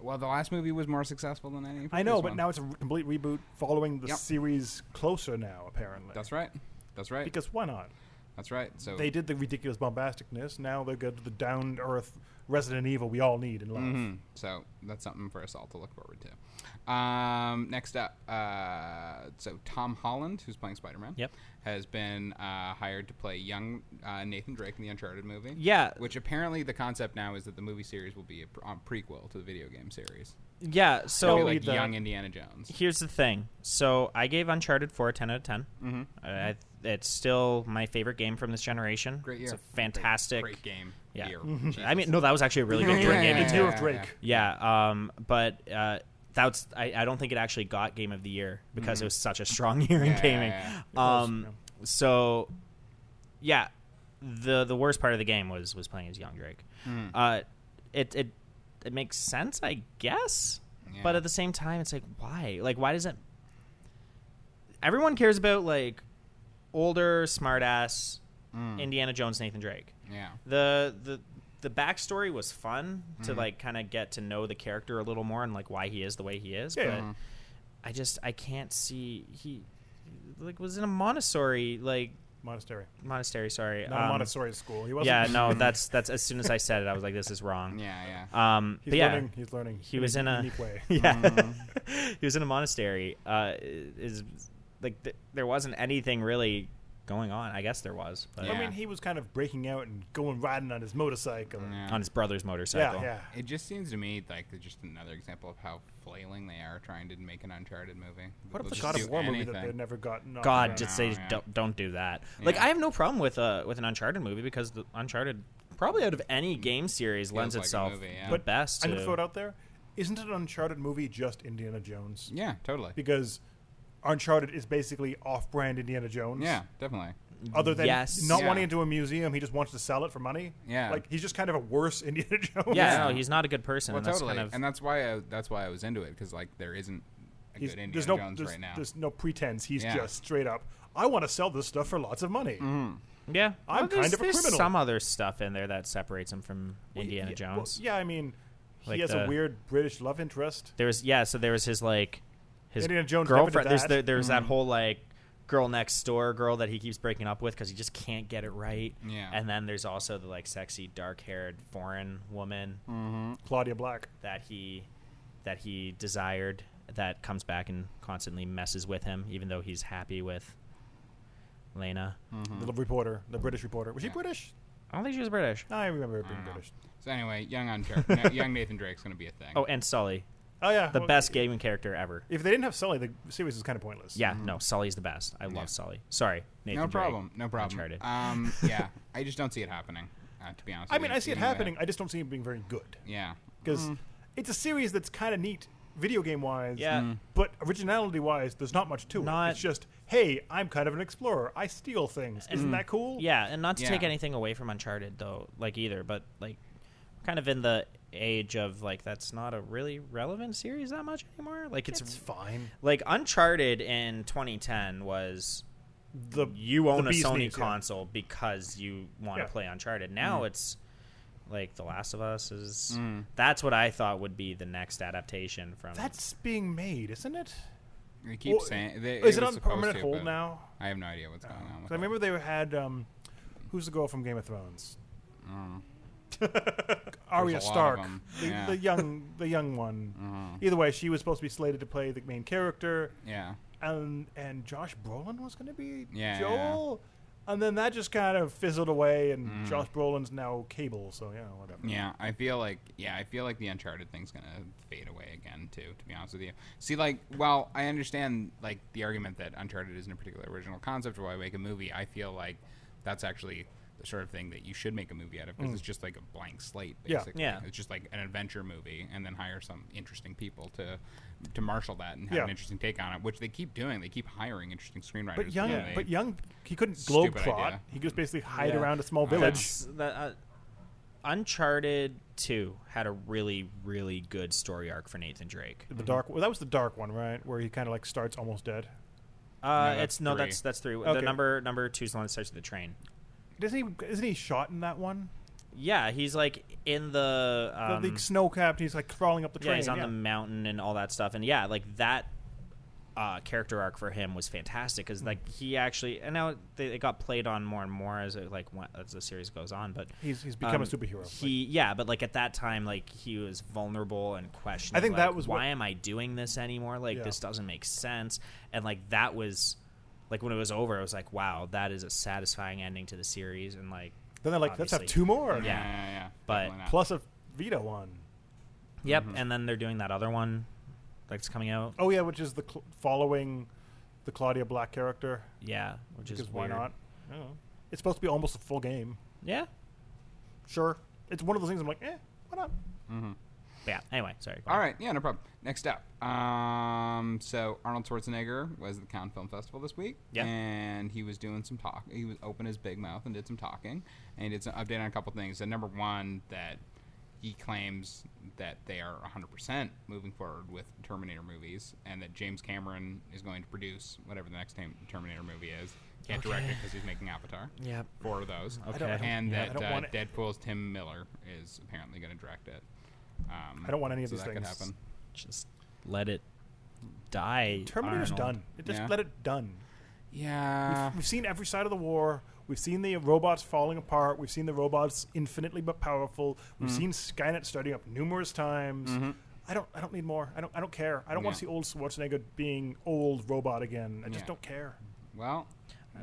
Well, the last movie was more successful than any. I know, previous but one. now it's a re- complete reboot following the Yep. series closer now, apparently. that's right. That's right. Because why not? that's right. So They did the ridiculous bombasticness. Now they go to the down to earth Resident Evil we all need and love. Mhm. So that's something for us all to look forward to. Um, next up, uh, so Tom Holland, who's playing Spider Man, Yep. has been uh, hired to play young uh, Nathan Drake in the Uncharted movie. Yeah. Which apparently the concept now is that the movie series will be a pre- um, prequel to the video game series. Yeah. So So Don't like read that. young Indiana Jones. here's the thing. So I gave Uncharted 4 a 10 out of 10. Mm-hmm. I, it's still my favorite game from this generation. Great year. It's a Great- fantastic. Great, game. Yeah. year. I mean, no, that was actually a really good Yeah, year in yeah, gaming. yeah, It's too. Year of Drake. Yeah, um, but uh, that's I, I don't think it actually got Game of the Year because it was such a strong year in Mm-hmm. Yeah, gaming. yeah, was, Um, So, yeah, the the worst part of the game was was playing as young Drake. Hmm. Mm. Uh, it it it makes sense, I guess, but Yeah. at the same time, it's like why? Like why does it? Everyone cares about like older smartass Hmm. Indiana Jones Nathan Drake Mm. yeah. the the the backstory was fun Mm-hmm. to like kind of get to know the character a little more and like why he is the way he is. Yeah. But Mhm. I just I can't see he like was in a montessori like Monastery. monastery. Sorry, Not um, a Montessori school. He wasn't. Yeah, no, that's that's as soon as I said it, I was like, this is wrong. Mm. Yeah. Yeah. Um, He's but yeah, learning. He's learning. he in was in a unique way. Mm-hmm. yeah, he was in a monastery. Uh, is like th- there wasn't anything really going on. I guess there was, but Yeah. I mean, he was kind of breaking out and going riding on his motorcycle. Yeah. on his brother's Yeah, motorcycle. yeah. It just seems to me like they're just another example of how flailing they are trying to make an Uncharted movie. What They'll if the just God do of War movie that anything. they've never gotten? off God, the just No, say yeah. don't don't do that. Like Yeah. I have no problem with a with an Uncharted movie because the Uncharted probably out of any game series Mm. Feels lends like a itself movie, yeah. the But best. I'm going to- to throw it out there. Isn't an Uncharted movie just Indiana Jones? Yeah, totally. Because Uncharted is basically off-brand Indiana Jones. Yeah, definitely. Other than Yes. not Yeah. wanting to do a museum, he just wants to sell it for money. Yeah. Like he's just kind of a worse Indiana Jones. Yeah, Yeah. no, he's not a good person. Well, and that's totally, kind of and that's why I, that's why I was into it because like there isn't a He's, good Indiana there's no Jones there's, right now. there's no pretense. He's Yeah. Mm-hmm. just straight up. I want to sell this stuff for lots of money. yeah. I'm Well, there's- kind of a there's criminal. Some other stuff in there that separates him from Indiana Yeah, well, Jones. yeah, I mean, Like uh, he has the- a weird British love interest. There was yeah, so there was his like his Indiana Jones never did girlfriend. There's that. the, there's Mm. that whole like girl next door girl that he keeps breaking up with because he just can't get it right. Yeah. And then there's also the like sexy dark haired foreign Mm. woman Claudia Black. that he that he desired that comes back and constantly messes with him, even though he's happy with Lena. Hmm. the reporter, the British reporter. Was she Yeah. British? I don't think she was British. I remember her being Mm. don't know. British. so anyway, young Uncharted, no, young Nathan Drake's gonna be a thing. Oh, and Sully, Oh yeah, the well, best gaming character ever. If they didn't have Sully, the series is kind of pointless. Yeah, no, Sully's the best. I love Hmm. Yeah. Sully. Sorry, Nathan no Drake, problem, no problem. Uncharted. Um, yeah, I just don't see it happening. Uh, to be honest, I with mean, you, I see it even though- happening. I just don't see it being very good Mm. Yeah, because it's a series that's kind of neat, video game wise. Yeah. Mm. But originality wise, there's not much to Not- it. It's just, hey, I'm kind of an explorer. I steal things. Isn't that cool? Mm. Yeah, and not to take Yeah. anything away from Uncharted though, like either, but like kind of in the age of like that's not a really relevant series that much anymore. Like it's, it's fine. like Uncharted in 2010 was The you own the a bee's Sony knees, yeah. console because you want to Yeah. Mm. play Uncharted. Now it's like The Last of Us is. That's what I thought would be the next adaptation from. That's being made, isn't it? they keep Well, saying they, Is it was on supposed permanent to, hold but now? I have no idea what's going on. 'Cause With I remember they had um, who's the girl from Game of Thrones? Arya There's Mm. a lot of Stark, them. the, Yeah. Mm-hmm. the young, the young one. Either way, she was supposed to be slated to play the main character, it. Yeah, and and Josh Brolin was going to be Yeah, yeah. Joel, and then that just kind of fizzled away, and Josh Brolin's now Cable. So yeah, whatever. Mm. Yeah, I feel like yeah, I feel like the Uncharted thing's gonna fade away again too. To be honest with you, see, like, while I understand like the argument that Uncharted isn't a particular original concept or why make a movie, I feel like that's actually the sort of thing that you should make a movie out of because it's just like a blank slate. Mm. Yeah. Basically. Yeah. It's just like an adventure movie, and then hire some interesting people to to marshal that and have Yeah. an interesting take on it, which they keep doing. They keep hiring interesting screenwriters. But young, and they- but young, he couldn't Stupid globetrot. idea. He could just basically hide Yeah. around a small Uh, village. That's that. Uh, Uncharted Two had a really, really good story arc for Nathan Drake. The dark. Well, that was the dark one, right? Where he kind of like starts almost dead. Uh, that's it's no, three. that's that's three. The Okay. number number two is the one that starts with the train. Isn't he? Isn't he shot in that one? Yeah, he's like in the The- um, the snow capped. He's like crawling up the train. yeah, he's on yeah. the mountain and all that stuff, and yeah, like that uh, character arc for him was fantastic because like he actually and now they, it got played on more and more as it like went, as the series goes on, but He's he's become um, a superhero. Like, He yeah, but like at that time, like he was vulnerable and questioning. I think like, that was why what- am I doing this anymore? Like Yeah. this doesn't make sense. And like that was like when it was over, I was like, wow, that is a satisfying ending to the series. And like, then they're like, let's have obviously- two more. yeah, yeah. yeah, yeah, But- definitely not. Plus a veto one. yep. And then they're doing that other one that's coming out. Oh yeah, which is the cl- following the Claudia Black character. Yeah, which Because is why weird. not? I don't know. It's supposed to be almost a full game. Yeah, Sure. It's one of those things I'm like, eh, why not? But yeah. Anyway, sorry. go All on. right, yeah, no problem. Next up, um, so Arnold Schwarzenegger was at the Cannes Film Festival this week, Yeah. and he was doing some talk. He was opened his big mouth and did some talking, and he did some update on a couple things. And number one, that he claims that they are 100% moving forward with Terminator movies, and that James Cameron is going to produce whatever the next tam- Terminator movie is. Can't direct it because he's making Avatar. Yep. Four of those. I don't- I don't- and yeah, I that don't uh, want it. Deadpool's Tim Miller is apparently going to direct it. Um, I don't want any of so these that could things. happen. Just let it die. Terminator's Arnold. done. It just Yeah. let it done. We've, Yeah. we've seen every side of the war. We've seen the robots falling apart. We've seen the robots infinitely but powerful. We've Mm-hmm. seen Skynet starting up numerous times. I don't. I don't need more. I don't. I don't care. I don't want Yeah. to see old Schwarzenegger being old robot again. I just Yeah. don't care. Well,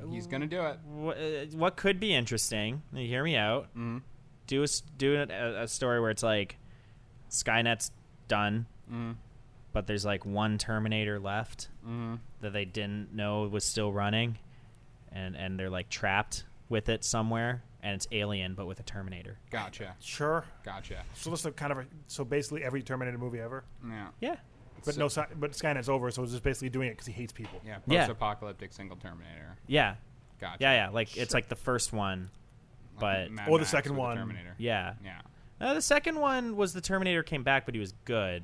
he's gonna do it. what, uh, what could be interesting? You hear me out. Mm-hmm. Mm. Do a s- do an- a, a story where it's like Skynet's done, Mm-hmm. but there's like one Terminator left Mm-hmm. that they didn't know was still running, and and they're like trapped with it somewhere, and it's Alien but with a Terminator. Gotcha. Sure. Gotcha. So this is kind of a, so basically every Terminator movie ever, Yeah. Yeah, but So- no no, but Skynet's over, so it's just basically doing it because he hates people. Yeah. Yeah. Post-apocalyptic single Terminator. yeah, Gotcha. yeah, yeah. Like it's like the first one, Like but Mad Or the Max second with one. Terminator. yeah. Yeah. No, Uh, the second one was the Terminator came back, but he was good, and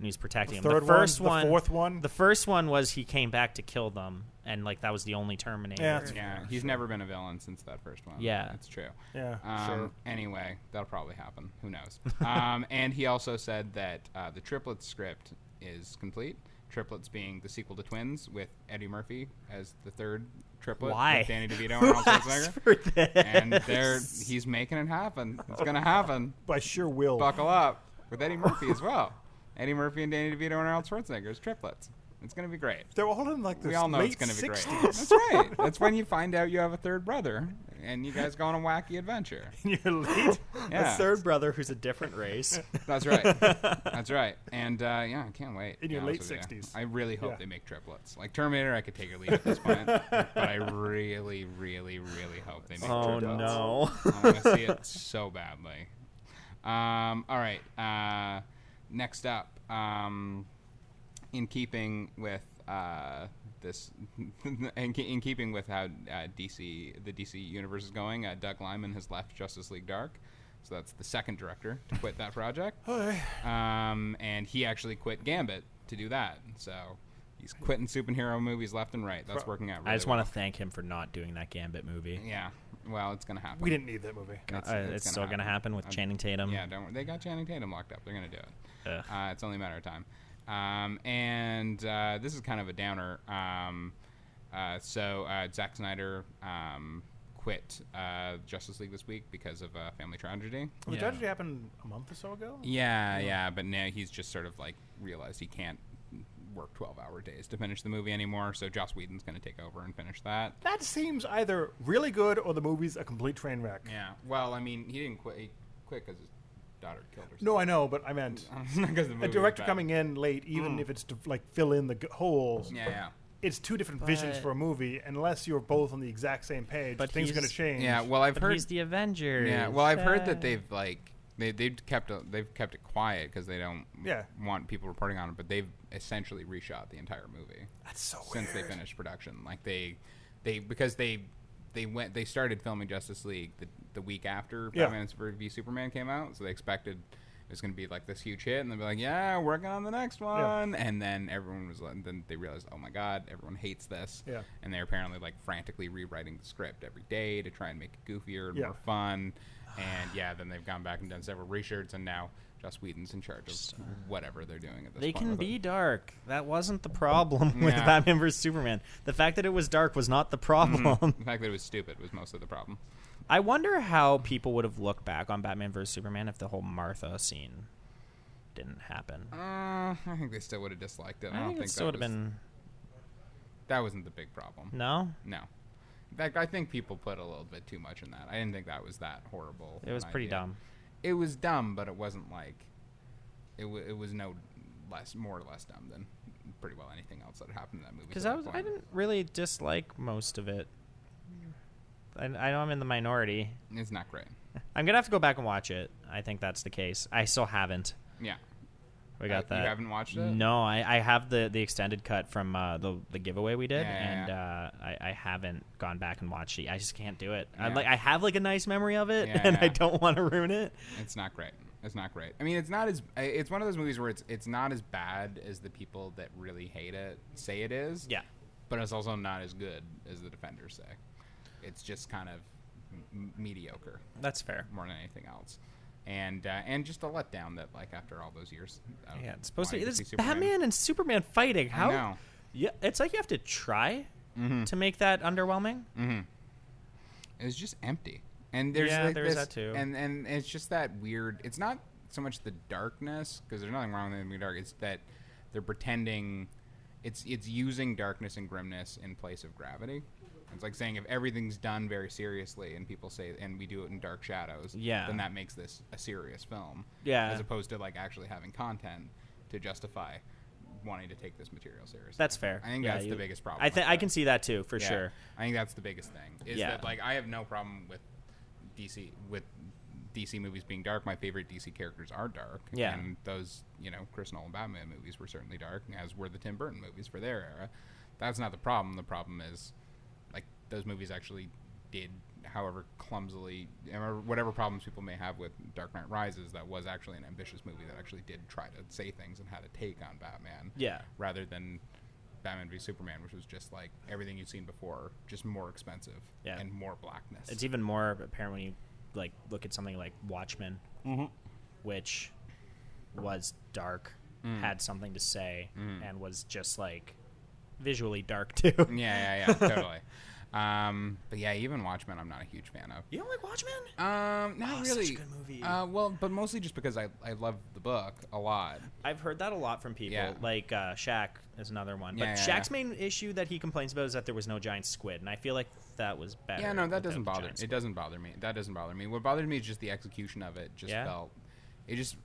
he was protecting The him. third The first one, one, the fourth one. The first one was he came back to kill them, and like that was the only Terminator. Yeah, that's- Yeah. He's never been a villain since that first one. Yeah. That's true. Yeah, Um, sure. Anyway, that'll probably happen. Who knows? um, and he also said that uh, the triplet script is complete. Triplets being the sequel to Twins with Eddie Murphy as the third triplet. Why? With Danny DeVito and Arnold Ask Schwarzenegger. for this. And they're, he's making it happen. It's going to happen. By sheer will. Buckle up with Eddie Murphy as well. Eddie Murphy and Danny DeVito and Arnold Schwarzenegger's triplets. It's going to be great. They're all in like this. We all know late it's going to be 60s. great. That's right. That's when you find out you have a third brother and you guys go on a wacky adventure. in your late. Yeah. brother who's a different race. That's right. That's right. And uh, yeah, I can't wait. In to be your honest late with you. 60s. I really hope Yeah. they make triplets. Like Terminator, I could take or leave at this point. but I really, really, really hope they make oh triplets. no. I want to see it so badly. Um, all right. Uh, next up, um, in keeping with uh, this, in, ke- in keeping with how uh, DC, the DC universe is going, uh, Doug Lyman has left Justice League Dark. So that's the second director to quit that project. Um, and he actually quit Gambit to do that. So he's quitting superhero movies left and right. That's working out. Really I just want to thank him for not doing that Gambit movie. to. Yeah. Well, it's gonna happen. We didn't need that movie. Uh, It's, still gonna happen, with I'm- Channing Tatum. yeah, don't worry. They got Channing Tatum locked up. They're going to do it. Ugh. Uh, it's only a matter of time. Um, and uh, this is kind of a downer. Um, uh, so uh, Zack Snyder um, quit uh, Justice League this week because of a family tragedy. Well, the Yeah. tragedy happened a month or so ago. Yeah, yeah, but now he's just sort of like realized he can't work 12 hour days to finish the movie anymore. So Joss Whedon's going to take over and finish that. That seems either really good or the movie's a complete train wreck. Yeah. Well, I mean, he didn't quit. He quit because his daughter killed herself. No, I know, but I meant Not 'cause the movie a was director bad. coming in late, even if it's to like fill in the g- holes. Yeah, yeah. it's two different visions But- for a movie. Unless you're both on the exact same page, But things are going to he's- change. Yeah, well, I've but heard he's the Avenger. Yeah, well, I've heard that they've like they they've kept a, they've kept it quiet because they don't Yeah. want people reporting on it. But they've essentially reshot the entire movie that's so since they finished production. Like they they because they they went they started filming Justice League the, the week after Yeah. Batman v Superman came out, so they expected it was going to be like this huge hit, and they'd be like, "Yeah, working on the next one," and then everyone was like, then they realized, "Oh my god, everyone hates this," Yeah. and they're apparently like frantically rewriting the script every day to try and make it goofier and Yeah. more fun, and yeah, then they've gone back and done several reshoots, and now. Joss Whedon's in charge of whatever they're doing at this uh, They point. can with it. be dark. That wasn't the problem with Yeah. Batman vs Superman. The fact that it was dark was not the problem. The fact that it was stupid was mostly the problem. I wonder how people would have looked back on Batman vs Superman if the whole Martha scene didn't happen. Uh, I think they still would have disliked it. I, I, don't think, think, it still that would have was- been Hmm. That wasn't the big problem. no. No. In fact, I think people put a little bit too much in that. I didn't think that was that horrible. It was an pretty idea. dumb. It was dumb, but it wasn't like it. W- it was no less, more or less dumb than pretty well anything else that happened in that movie. because to I that was I point. didn't really dislike most of it. I, I know I'm in the minority. It's not great. I'm gonna have to go back and watch it. I think that's the case. I still haven't. Yeah. We got Uh, that. You haven't watched it? No, I, I have the, the extended cut from uh, the the giveaway we did, Yeah, yeah, and yeah. Uh, I, I haven't gone back and watched it. I just can't do it. I Yeah. like I have like a nice memory of it, Yeah, and I yeah. don't want to ruin it. It's not great. It's not great. I mean, it's not as I- it's one of those movies where it's it's not as bad as the people that really hate it say it is. Yeah, but it's also not as good as the defenders say. It's just kind of m- mediocre that's fair. more than anything else, and uh, and just a letdown that like after all those years. of Yeah, it's supposed to. wanting It's see Superman- Batman and Superman fighting. I How? know. Mm-hmm. Yeah, it's like you have to try to make that underwhelming. It's just empty, and there's Yeah, like there's this- that too. and and it's just that weird. It's not so much the darkness because there's nothing wrong with it being dark. It's that they're pretending. It's it's using darkness and grimness in place of gravity. It's like saying if everything's done very seriously and people say and we do it in dark shadows, Yeah. then that makes this a serious film. Yeah. as opposed to like actually having content to justify wanting to take this material seriously. That's fair. I think Yeah, that's you- the biggest problem. I with think I that. can see that too for Yeah. sure. I think that's the biggest thing is Yeah. that like I have no problem with DC with DC movies being dark. My favorite DC characters are dark. Yeah. and those you know Chris Nolan Batman movies were certainly dark, as were the Tim Burton movies for their era. That's not the problem. The problem is like those movies actually did. However clumsily, or whatever problems people may have with Dark Knight Rises, that was actually an ambitious movie that actually did try to say things and had a take on Batman Yeah. rather than Batman v Superman, which was just like everything you've seen before, just more expensive Yeah. and more blackness. It's even more apparent when you like look at something like Watchmen, which was dark, had something to say, and was just like visually dark too. yeah, yeah, yeah, totally. Um, but yeah, even Watchmen, I'm not a huge fan of. You don't like Watchmen? Um, not Oh, such a really. good movie. Uh, well, but mostly just because I I love the book a lot. I've heard that a lot from people. Yeah. Like uh, Shaq is another one, but Yeah, yeah, Shaq's yeah. main issue that he complains about is that there was no giant squid, and I feel like that was better. Yeah, no, without that doesn't the bother. giant It squid. doesn't bother me. That doesn't bother me. What bothered me is just the execution of it. Just Yeah? felt, it just,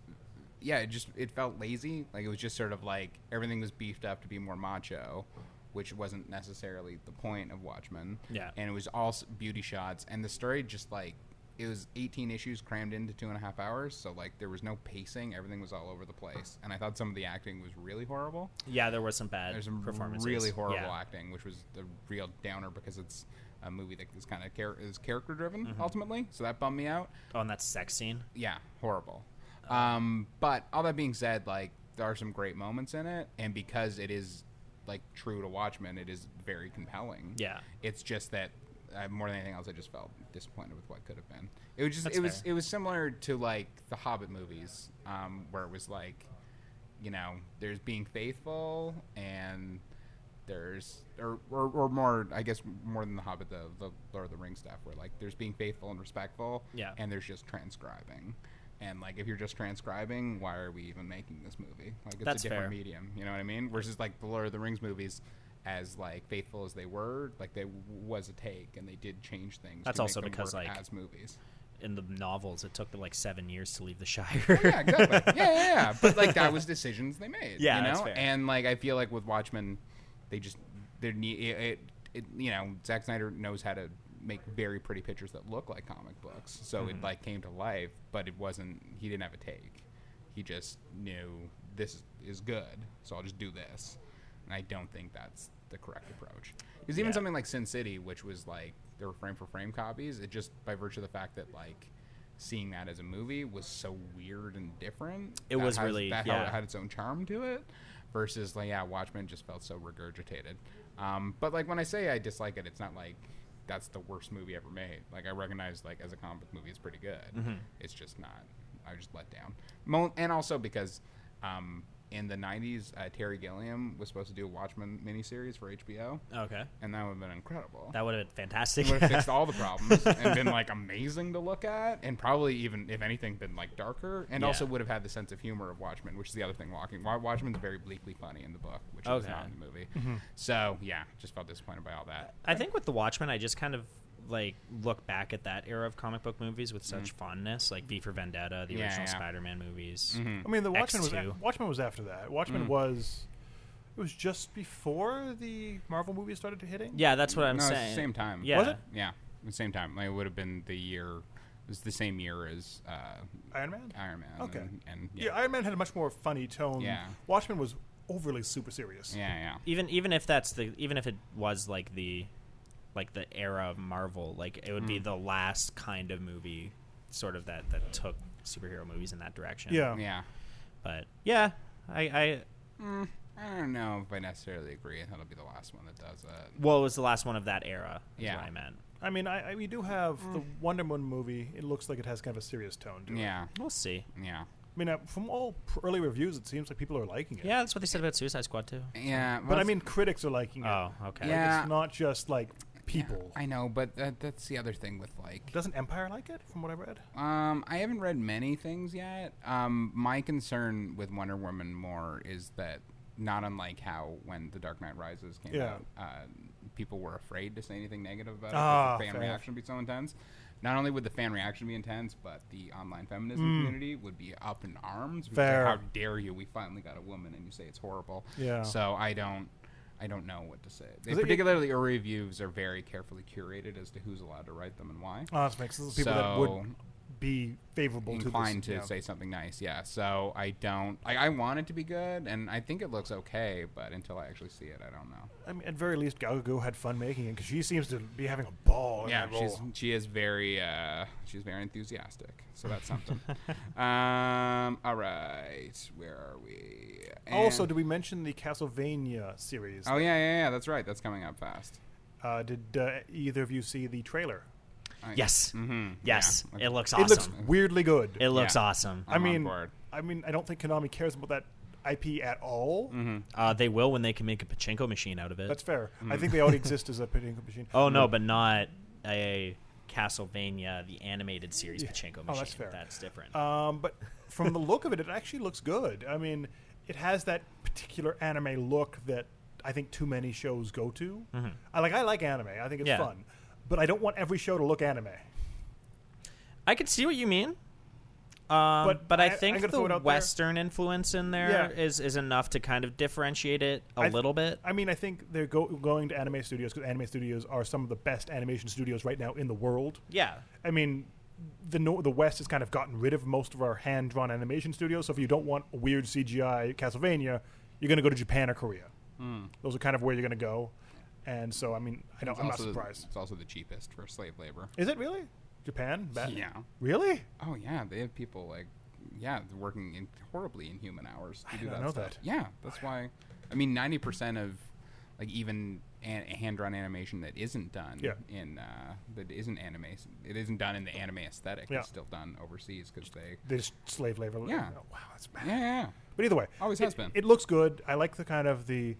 yeah, it just it felt lazy. Like it was just sort of like everything was beefed up to be more macho, which wasn't necessarily the point of Watchmen. Yeah. and it was all s- beauty shots, and the story just like it was 18 issues crammed into two and a half hours. So like there was no pacing. Everything was all over the place, and I thought some of the acting was really horrible. Yeah, there was some bad There's some performances. really horrible Yeah. acting, which was the real downer because it's a movie that is kind of char- is character driven Mm-hmm. ultimately. So that bummed me out. Oh, and that sex scene. Yeah, horrible. Um, but all that being said, like there are some great moments in it, and because it is like true to Watchmen, it is very compelling. Yeah. it's just that uh, more than anything else, I just felt disappointed with what could have been. It was just That's it was fair. it was similar to like the Hobbit movies, um, where it was like, you know, there's being faithful and there's or, or, or more I guess more than the Hobbit the, the Lord of the Rings stuff where like there's being faithful and respectful Yeah. and there's just transcribing and like if you're just transcribing why are we even making this movie like it's That's a different fair. medium you know what I mean versus like the Lord of the Rings movies as like faithful as they were like they w- was a take and they did change things That's to also make them because, work like- as movies in the novels, it took them like seven years to leave the Shire. yeah, exactly. Yeah, yeah, yeah. But like that was decisions they made. Yeah, you know? that's fair. And like I feel like with Watchmen, they just there need it, it, it you know Zack Snyder knows how to make very pretty pictures that look like comic books. So it like came to life, but it wasn't. He didn't have a take. He just knew this is good, so I'll just do this. And I don't think that's the correct approach. Because even Yeah. something like Sin City, which was like there were frame for frame copies, it just by virtue of the fact that like seeing that as a movie was so weird and different. It that was has- really- that yeah. had, had its own charm to it. Versus like yeah, Watchmen just felt so regurgitated. Um, but like when I say I dislike it, it's not like that's the worst movie ever made. Like I recognize like as a comic book movie, it's pretty good. Mm-hmm. It's just not. I was just let down. Mo- and also because um, in the '90s, uh, Terry Gilliam was supposed to do a Watchmen miniseries for HBO, Okay. and that would have been incredible. That would have been fantastic. would have fixed all the problems and been like amazing to look at, and probably even if anything been like darker, and Yeah. also would have had the sense of humor of Watchmen, which is the other thing. Walking Wa- Watchmen's very bleakly funny in the book, which is Okay. not in the movie. Mm-hmm. So yeah, just felt disappointed by all that. I think with The Watchmen, I just kind of like look back at that era of comic book movies with such fondness, like V for Vendetta, the Mm. Yeah, original yeah. Mm-hmm. Spider-Man movies. I mean, the Watchmen was X2. Watchmen was after that. Mm. Watchmen was it was just before the Marvel movies started hitting. Yeah, that's what I'm no, it's saying. the same time. Yeah. Was it? Yeah, at the same time. Like, it would have been the year. It was the same year as uh, Iron Man. Iron Man. Okay. And, and- yeah. Iron Man had a much more funny tone. Yeah. Watchmen was overly super serious. yeah, yeah. Even even if that's the even if it was like the like the era of Marvel, like it would Mm. be the last kind of movie sort of that that took superhero movies in that direction. Yeah. Yeah. But yeah, I I I don't know if I necessarily agree. That'll be the last one that does it. well, it was the last one of that era. Is Yeah. what I meant. I mean, I, I we do have Mm. the Wonder Woman movie. It looks like it has kind of a serious tone to it. Yeah, We'll see. yeah, I mean, uh, from all pr- early reviews, it seems like people are liking it. Yeah, that's what they said about Suicide Squad too. yeah. But I well, mean, critics are liking it. Oh, okay. Like, Yeah. It's not just like people. I know, but that, that's the other thing with like Doesn't Empire like it? From what I read. Um, I haven't read many things yet. Um, my concern with Wonder Woman more is that not unlike how when The Dark Knight Rises came Yeah. out, uh, people were afraid to say anything negative about Ah, it. 'cause The fan fair. reaction would be so intense. Not only would the fan reaction be intense, but the online feminism community would be up in arms. because, Hmm. Fair. Like, how dare you? We finally got a woman, and you say it's horrible. Yeah. So I don't. I don't know what to say. They, 'Cause it- particularly, our reviews are very carefully curated as to who's allowed to write them and why Oh, this makes sense. people that would So- be favorable inclined to to this. yeah. say something nice. Yeah. So I don't. I, I want it to be good, and I think it looks okay. But until I actually see it, I don't know. I mean, at very least, Gal Gadot had fun making it because she seems to be having a ball. in yeah, that she's role. she is very uh, she's very enthusiastic. So that's something. um. All right. Where are we? Also, And- did we mention the Castlevania series? Oh yeah, yeah, yeah. That's right. That's coming up fast. Uh, did uh, either of you see the trailer? I- Yes. Mhm, Yes. yeah, okay. It looks It looks awesome. weirdly good. It looks Yeah. awesome. I I'm on mean, board. I mean, I don't think Konami cares about that IP at all. Mm-hmm. Uh, they will when they can make a pachinko machine out of it. That's fair. I Mm-hmm. think they already exist as a pachinko machine. oh no, but not a Castlevania the animated series Yeah. pachinko machine. Oh, that's fair. That's different. Um, but from the look of it, it actually looks good. I mean, it has that particular anime look that I think too many shows go to. Mm-hmm. I like. I like anime. I think it's Yeah. fun, but I don't want every show to look anime. I can see what you mean. Um, but But but I, I- I'm think gonna throw it the out there. Western influence in there is Yeah. is enough to kind of differentiate it a I th- little bit. I mean, I think they're go- going to anime studios because anime studios are some of the best animation studios right now in the world. yeah, I mean, the nor- the West has kind of gotten rid of most of our hand drawn animation studios. So if you don't want a weird CGI Castlevania, you're going to go to Japan or Korea. Hmm. Those are kind of where you're going to go. And so, I mean, I don't, It's I'm not also the- surprised. it's also the cheapest for slave labor. Is it really Japan? Ba- Yeah. Really? Oh yeah, they have people like, yeah, working in horribly inhuman hours to do did not that know stuff. that. Yeah, that's why. I mean, ninety percent of like even an, hand-drawn animation that isn't done Yeah. in uh, that isn't anime, it isn't done in the anime aesthetic. Yeah. It's still done overseas because they. They just slave labor. Yeah. Oh, wow, that's bad. Yeah, yeah. But either way, Always it, has been. It looks good. I like the kind of the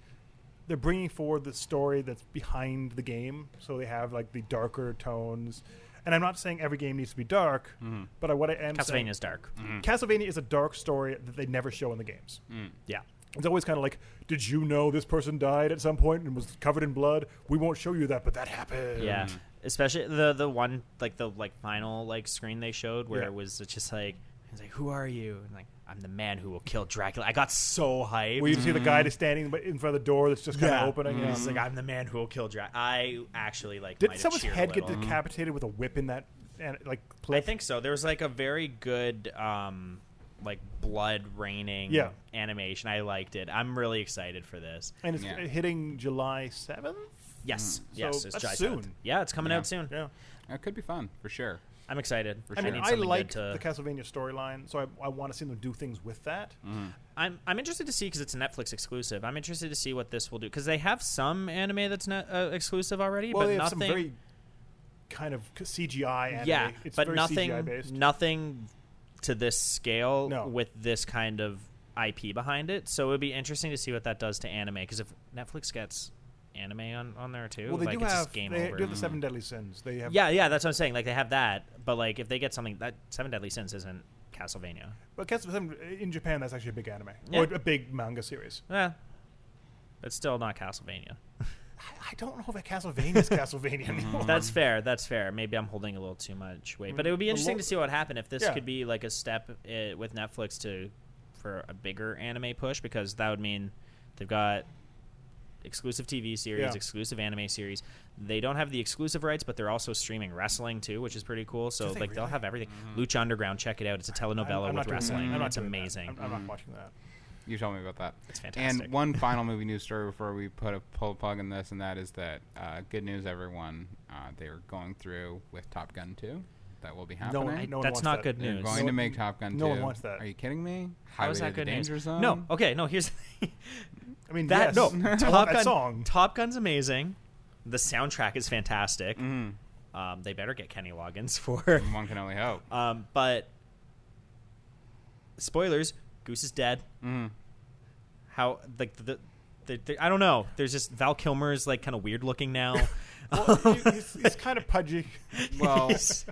they're bringing forward the story that's behind the game, so they have like the darker tones. And I'm not saying every game needs to be dark, Mm-hmm. but I, what I am saying Castlevania's dark. Mm-hmm. Castlevania is a dark story that they never show in the games. Yeah, It's always kind of like, did you know this person died at some point and was covered in blood? We won't show you that, but that happened. yeah. Especially the the one like the like final like screen they showed where Yeah. it was just like it's like who are you and like I'm the man who will kill Dracula. I got so hyped. Where you see the Mm-hmm. guy just standing but in front of the door that's just kind of Yeah. opening. And He's Yeah. like, I'm the man who will kill Dracula. I actually like. Mm-hmm. might Did have someone's cheered a head get little. Mm-hmm. decapitated with a whip in that? And like, play? I think so. There was like a very good, um, like blood raining Yeah. animation. I liked it. I'm really excited for this. and it's Yeah. hitting July seventh. Yes, yes, it's Mm-hmm. that's July soon. 7th. Yeah, it's coming Yeah. out soon. Yeah, It could be fun for sure. I'm excited. For I mean, need I, something good like to- the Castlevania storyline, so I, I want to see them do things with that. Mm-hmm. I'm I'm interested to see because it's a Netflix exclusive. I'm interested to see what this will do because they have some anime that's not uh, exclusive already, Well, but they have nothing. some very kind of CGI. Anime. yeah, it's but very nothing CGI based. nothing to this scale No. with this kind of IP behind it. So it would be interesting to see what that does to anime because if Netflix gets anime on, on there too, well, they like do it's have just game they over. Mm-hmm. do have the Seven Deadly Sins. They have yeah, yeah, that's what I'm saying. Like they have that, but like if they get something that Seven Deadly Sins isn't Castlevania. But Castlevania in Japan, that's actually a big anime Yeah. or a big manga series. Yeah. Eh, It's still not Castlevania. I, I don't know if a Castlevania's Castlevania Mm-hmm. anymore. That's fair. That's fair. Maybe I'm holding a little too much weight, but it would be Mm, A interesting lo- to see what would happen if this Yeah. could be like a step uh with Netflix to for a bigger anime push because that would mean they've got exclusive TV series, Yeah. exclusive anime series. They don't have the exclusive rights, but they're also streaming wrestling too, which is pretty cool. So Do they like they'll really? Mm-hmm. have everything. Lucha Underground, check it out. It's a I'm- telenovela with I'm not doing that. wrestling. I'm not it's doing that. amazing. I'm, I'm not watching that. You told me about that. It's fantastic. And one final movie news story before we put a pull plug in this, and that is that uh, good news, everyone. Uh, they are going through with Top Gun 2. That will be Mm-hmm. happening. one- no one That's wants not that. good They're news. going No to one- make Top Gun 2. no one wants that. Are you kidding me? How is that Highway to the good Danger news? Zone? No. Okay. No. Here's the thing. I mean, That yes, no, I love Top that Gun. song. Top Gun's amazing. The soundtrack is fantastic. Um, they better get Kenny Loggins for. Mm, One can only hope. Um, but spoilers: Goose is dead. Mm. How like the, the, the, the- I don't know. There's just Val Kilmer is like kind of weird looking now. Well, he- he's, he's kind of pudgy. Well, He's-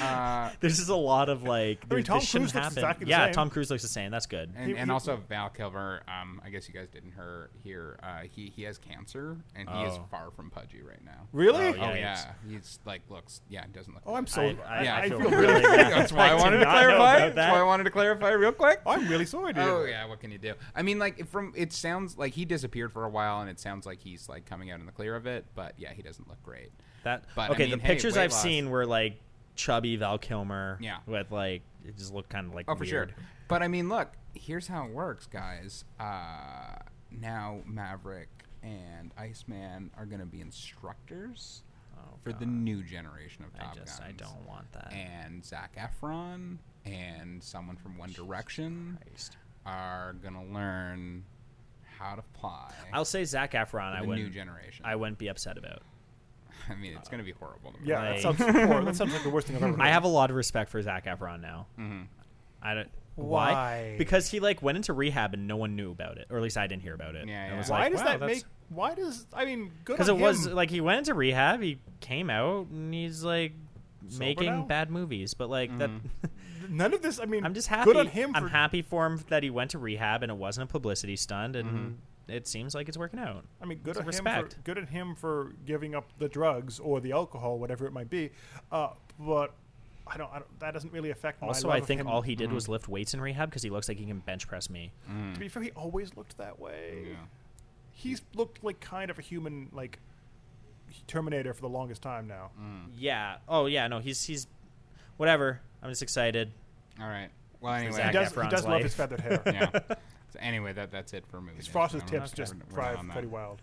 uh, there's just a lot of like. I this mean, Tom shouldn't Cruise looks happen. exactly the yeah, same. Tom Cruise looks the same. That's good. and, He- and he- also Val Kilmer. Um, I guess you guys didn't hear here. Uh, he he has cancer, and he is Oh. far from pudgy right now. Really? Oh, Oh yeah, yeah, it's- he's like looks. Yeah, it doesn't look. Oh, I'm good. so. I- I- I, I I feel feel really really. bad. That's why I, I did wanted to not know clarify. about That's why that. I wanted to clarify real quick. I'm really sorry, dude. Oh yeah, what can you do? I mean, like if from it sounds like he disappeared for a while, and it sounds like he's like coming out in the clear of it. But yeah, he doesn't look great. That But, I okay. mean, the hey, pictures weight I've loss. seen were like chubby Val Kilmer. Yeah. with like it just looked kind of like Oh, for weird. sure. But I mean, look, here's how it works, guys. Uh, now Maverick and Iceman are going to be instructors Oh, for the God. new generation of Top I just I Guns. don't want that. And Zach Efron and someone from One Direction Christ. are going to learn how to fly. I'll say Zach Efron. for I the wouldn't. new generation. I wouldn't be upset about. I mean, it's going to be horrible. to me. Yeah, Like- that sounds horrible. That sounds like the worst thing I've ever. Heard. I have a lot of respect for Zach Efron now. Mm-hmm. I don't. Why? Why? Because he like went into rehab and no one knew about it, or at least I didn't hear about it. Yeah, And I yeah. was Why like, does wow, that that's- make? Why does? I mean, good. Because Because it was like he went into rehab, he came out, and he's like making now? bad movies. But like that, Mm-hmm. none of this. I mean, I'm just happy. Good on him. For, I'm happy for him that he went to rehab and it wasn't a publicity stunt, and Mm-hmm. it seems like it's working out. I mean, good It's at him. For, respect. good at him for giving up the drugs or the alcohol, whatever it might be. Uh, but I don't, I don't. That doesn't really affect. My Also, Oh, love I of think him. Mm-hmm. all he did was lift weights in rehab because he looks like he can bench press me. To be fair, he always looked that way. Mm. Yeah. He's looked like kind of a human, like Terminator, for the longest time now. Mm. Yeah. Oh yeah. No, he's he's whatever. I'm just excited. All right. Well, anyway. Zac He does, he Efron's does love his life. feathered hair. yeah. So anyway, that that's it for movie. His news. frosted I don't know tips if just we're- we're not drive on that. pretty wild.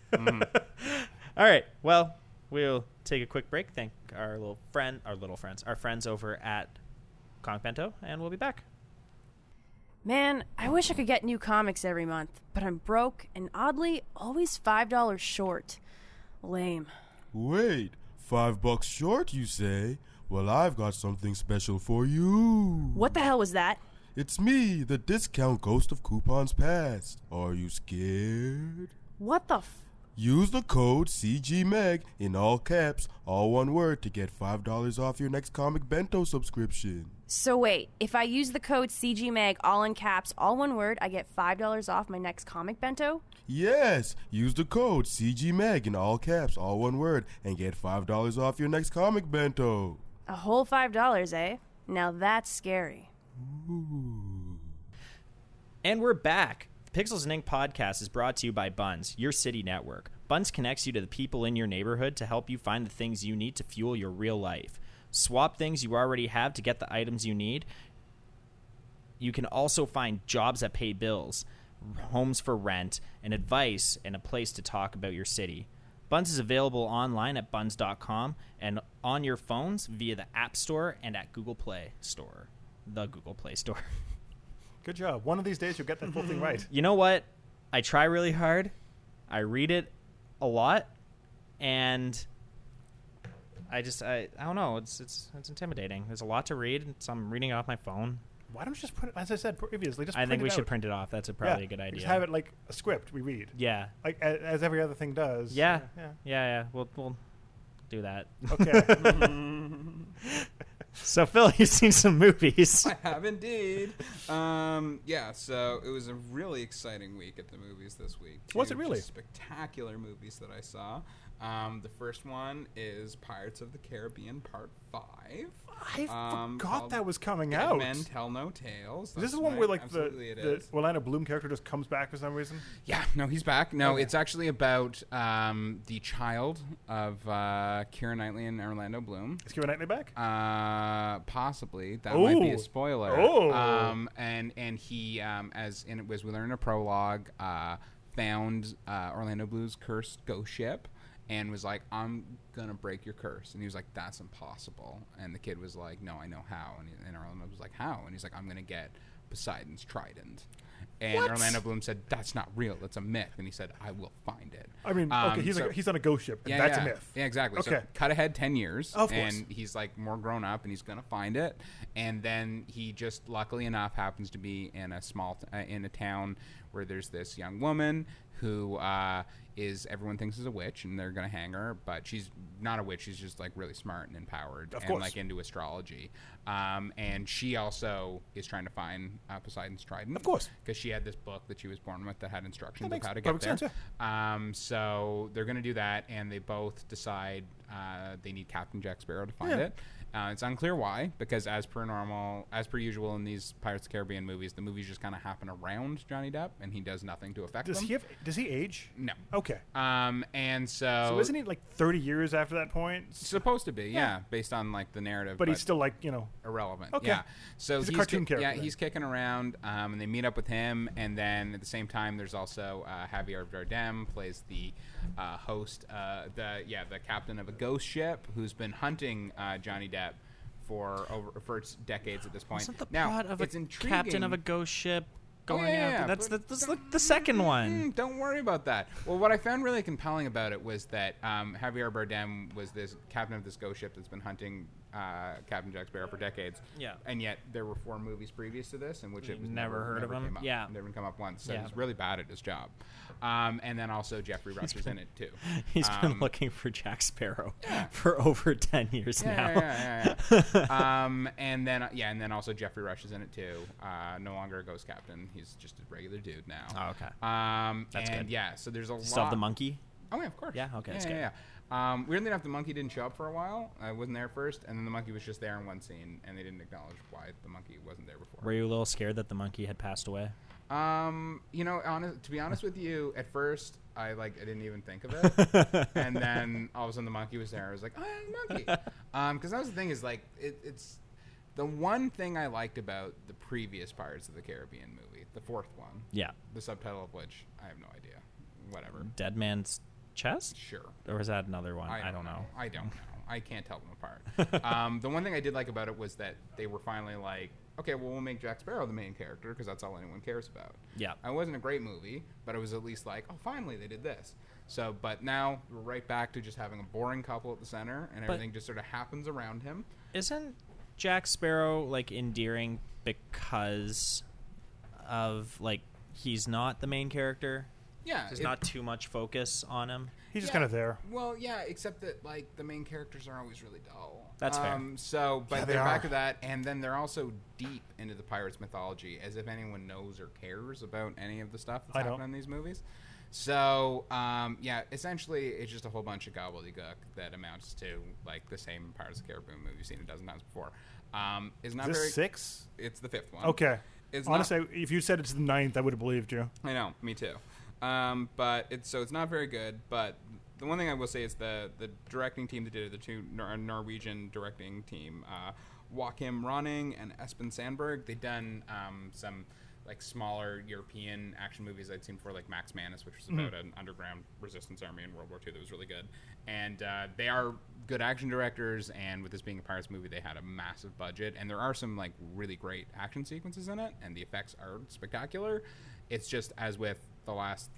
All right. Well, we'll take a quick break. Thank our little friend, our little friends, our friends over at Kong Bento, and we'll be back. Man, I wish I could get new comics every month, but I'm broke and oddly always $5 short. Lame. Wait, five bucks short, you say? Well, I've got something special for you. What the hell was that? It's me, the discount ghost of coupons past. Are you scared? What the f? Use the code CGMEG E in all caps, all one word, to get $5 off your next comic bento subscription. So wait, if I use the code CGMAG all in caps, all one word, I get $5 off my next comic bento? Yes, use the code CGMEG E in all caps, all one word, and get $5 off your next comic bento. A whole $5, eh? Now that's scary. And we're back. The Pixels and Ink podcast is brought to you by Buns, your city network. Buns connects you to the people in your neighborhood to help you find the things you need to fuel your real life. Swap things you already have to get the items you need. You can also find jobs that pay bills, homes for rent, and advice and a place to talk about your city. Buns is available online at buns.com and on your phones via the App Store and at Google Play Store. The Google Play Store. Good job. One of these days you'll get that full thing right. you know what? I try really hard. I read it a lot, and I just I, I don't know. It's it's it's intimidating. There's a lot to read, so I'm reading it off my phone. Why don't you just put it? As I said previously, just I print think it we should out. print it off. That's a, Yeah, probably a good Just idea. have it like a script we read, yeah. like as, as every other thing does. Yeah. yeah. Yeah. Yeah. We'll we'll do that. Okay. so Phil, you've seen some movies. I have indeed. Um, yeah, so it was a really exciting week at the movies this week. Was Two it really? just spectacular movies that I saw? Um, the first one is Pirates of the Caribbean Part Five. I Um, forgot called that was coming Dead out. Men tell no tales. This That's is one right. where like the, Absolutely it the is. Orlando Bloom character just comes back for some reason. Yeah, no, he's back. No, it's actually about um, the child of uh, Keira Knightley and Orlando Bloom. Is Keira Knightley back? Uh, possibly that might be Ooh. a spoiler. Oh. Um, and and he um, as in it was we learn in a prologue, uh, found uh, Orlando Blue's cursed ghost ship, and was like, "I'm gonna break your curse." And he was like, "That's impossible." And the kid was like, "No, I know how." And, he, and Orlando was like, "How?" And he's like, "I'm gonna get Poseidon's trident." And Orlando Bloom said, "That's not real. That's a myth." And he said, "I will find it." I mean, Um, okay, he's so- a, he's on a ghost ship. And yeah, that's yeah. a myth. Yeah, exactly. So Okay. cut ahead ten years, Of course. and he's like more grown up, and he's gonna find it. And then he just, luckily enough, happens to be in a small t- uh, in a town where there's this young woman who uh, is everyone thinks is a witch, and they're gonna hang her, but she's not a witch. She's just like really smart and empowered, Of and course. like into astrology. Um, and she also is trying to find uh, Poseidon's trident, Of course. because she had this book that she was born with that had instructions That of how to makes get perfect there. sense, yeah. Um, so they're going to do that, and they both decide uh, they need Captain Jack Sparrow to find it. Uh, it's unclear why, because as per normal, as per usual in these Pirates of the Caribbean movies, the movies just kind of happen around Johnny Depp, and he does nothing to affect Does them. he have? Does he age? no. Okay. Um, and so, So isn't he like 30 years after that point? supposed to be, yeah, based on like the narrative. But he's still like you know. irrelevant. Okay. Yeah. So He's a cartoon ki- character Yeah, he's kicking around, um, and they meet up with him, and then at the same time, there's also uh, Javier Bardem plays the uh, host, uh, the yeah, the captain of a ghost ship who's been hunting uh, Johnny Depp for over for s- decades at this point. Isn't the now, plot of a it's intriguing. Oh, captain of a ghost ship going yeah, yeah, after? yeah, That's the, but that's like the second one. Mm, don't worry about that. Well, what I found really compelling about it was that um, Javier Bardem was this captain of this ghost ship that's been hunting uh, Captain Jack Sparrow for decades. Yeah. And yet there were four movies previous to this in which it was Never heard of never him. came up, Yeah. Never come up once. So Yeah. he's really bad at his job. Um, and then also Jeffrey Rush is in it too. He's been Um, looking for Jack Sparrow for over ten years now. yeah, yeah, yeah, yeah, yeah. um, and then yeah, and then also Jeffrey Rush is in it too. Uh, no longer a ghost captain; he's just a regular dude now. Oh, okay. Um, That's and good. yeah, so there's a lot. Still have the monkey. Oh yeah, of course. Yeah, okay, Yeah, that's yeah, good. yeah. Um, weirdly enough, the monkey didn't show up for a while. I wasn't there first, and then the monkey was just there in one scene, and they didn't acknowledge why the monkey wasn't there before. Were you a little scared that the monkey had passed away? Um, you know, honest, to be honest with you, at first I like I didn't even think of it, and then all of a sudden the monkey was there. I was like, oh, yeah, the monkey. Um, because that was the thing is like it, it's the one thing I liked about the previous Pirates of the Caribbean movie, the fourth one, Yeah. Mm-hmm. the subtitle of which I have no idea. Whatever. Dead man's chest? Sure. Or was that another one? I, don't know. I don't know. I can't tell them apart. um, the one thing I did like about it was that they were finally like, okay, well, we'll make Jack Sparrow the main character because that's all anyone cares about. Yeah. It wasn't a great movie, but it was at least like, oh, finally they did this. So, but now we're right back to just having a boring couple at the center, and But- everything just sort of happens around him. Isn't Jack Sparrow like endearing because of like he's not the main character? Yeah. There's it- not too much focus on him. He's just Yeah. kind of there. Well, yeah, except that like the main characters are always really dull. That's fair. um, So, but Yeah, they they're back are. to that, and then they're also deep into the pirates' mythology, as if anyone knows or cares about any of the stuff that's I happening don't. in these movies. So, um, yeah, essentially, it's just a whole bunch of gobbledygook that amounts to like the same Pirates of the Caribbean movie you've seen a dozen times before. Um, is not Is very. this six? It's the fifth one. Okay. it's not- Honestly, if you said it's the ninth, I would have believed you. I know, me too. Um, but it's so it's not very good. But the one thing I will say is the the directing team that did it, the two Nor- uh, Norwegian directing team, uh, Joachim Ronning and Espen Sandberg, they've done um, some like smaller European action movies I'd seen before, like Max Manus, which was about an underground resistance army in World War II that was really good. And uh, they are good action directors, and with this being a Pirates movie, they had a massive budget, and there are some like really great action sequences in it, and the effects are spectacular it's just as with the last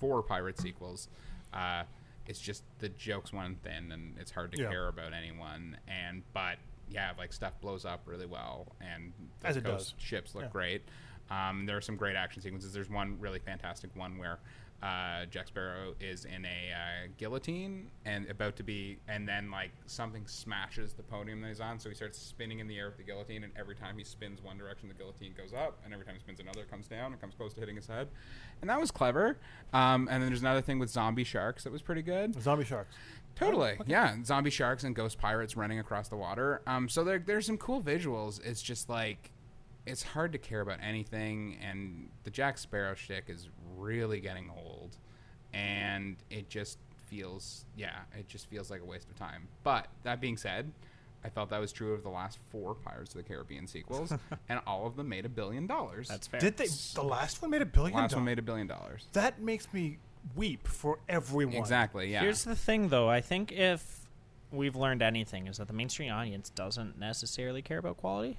four pirate sequels uh, it's just the jokes went thin and it's hard to Yeah. care about anyone and but yeah like stuff blows up really well and the As it coast does. ships look Yeah. great um, there are some great action sequences there's one really fantastic one where uh, Jack Sparrow is in a uh, guillotine and about to be, and then like something smashes the podium that he's on, so he starts spinning in the air with the guillotine. And every time he spins one direction, the guillotine goes up, and every time he spins another, it comes down and comes close to hitting his head. And that was clever. Um, and then there's another thing with zombie sharks that was pretty good. Zombie sharks. Totally. Yeah. Zombie sharks and ghost pirates running across the water. Um, so there, there's some cool visuals. It's just like, it's hard to care about anything. And the Jack Sparrow shtick is really getting old. And it just feels, yeah, it just feels like a waste of time. But that being said, I felt that was true of the last four Pirates of the Caribbean sequels. and all of them made a billion dollars. That's fair. Did they? The last one made a billion. Last one dollars? made a billion dollars. that makes me weep for everyone. Exactly. Yeah. Here's the thing, though. I think if we've learned anything, is that the mainstream audience doesn't necessarily care about quality,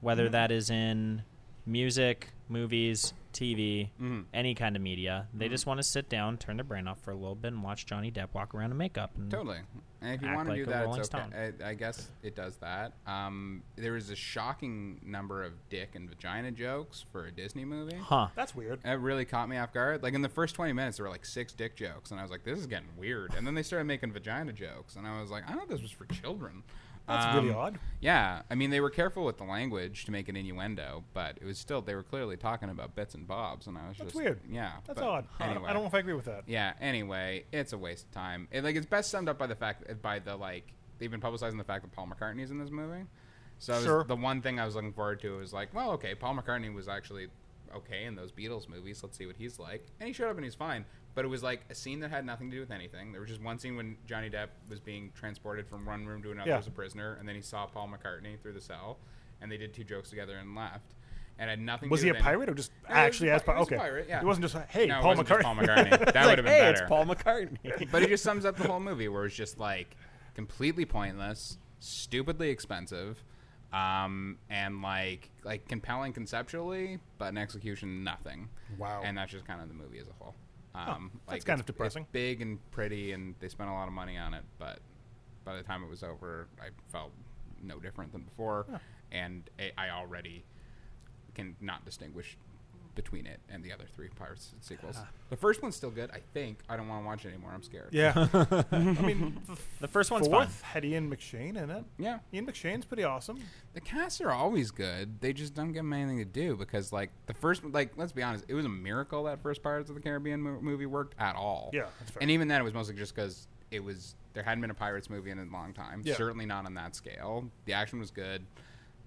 whether Mm-hmm. that is in music, movies, TV, Mm-hmm. any kind of media. They just want to sit down, turn their brain off for a little bit, and watch Johnny Depp walk around in makeup. And Totally. And if you Act want to like do a that, Rolling it's okay. Stone. I, I guess it does that. Um, there is a shocking number of dick and vagina jokes for a Disney movie. Huh. That's weird. That really caught me off guard. Like in the first 20 minutes, there were like six dick jokes, and I was like, this is getting weird. And then they started making vagina jokes, and I was like, I thought this was for children. Um, That's really odd. Yeah. I mean, they were careful with the language to make an innuendo, but it was still, they were clearly talking about bits and bobs, and I was That's just. weird. Yeah. That's but odd. I don't- I don't know if I agree with that. yeah. Anyway, it's a waste of time. It, like it's best summed up by the fact by the like they've been publicizing the fact that Paul McCartney is in this movie. So it was- Sure. the one thing I was looking forward to was like, well, okay, Paul McCartney was actually okay in those Beatles movies. Let's see what he's like. And he showed up and he's fine. But it was like a scene that had nothing to do with anything. There was just one scene when Johnny Depp was being transported from one room to another Yeah. as a prisoner, and then he saw Paul McCartney through the cell, and they did two jokes together and left. And had nothing. to Was do he a with any- pirate or just No, he was actually a as pi- he pirate? was a Okay, pirate, yeah. it wasn't just uh, hey No, it Paul, wasn't just McCartney. Paul McCartney. That would have been hey, better it's Paul McCartney. but it just sums up the whole movie where it's just like completely pointless stupidly expensive um, and like like compelling conceptually but in execution nothing Wow. and that's just kind of the movie as a whole um, that's kind it's- of depressing. it's big and pretty and they spent a lot of money on it but by the time it was over i felt no different than before and I i already can not distinguish between it and the other three pirates sequels the first one's still good i think i don't want to watch it anymore i'm scared yeah, I mean the the first one's fun. fourth had Ian McShane in it. Yeah. Ian McShane's pretty awesome. The casts are always good. They just don't give them anything to do because, like, the first, like, let's be honest, it was a miracle that first Pirates of the Caribbean mo- movie worked at all. Yeah, that's fair. And even then, it was mostly just because it was, there hadn't been a Pirates movie in a long time. Yeah. Certainly not on that scale. The action was good.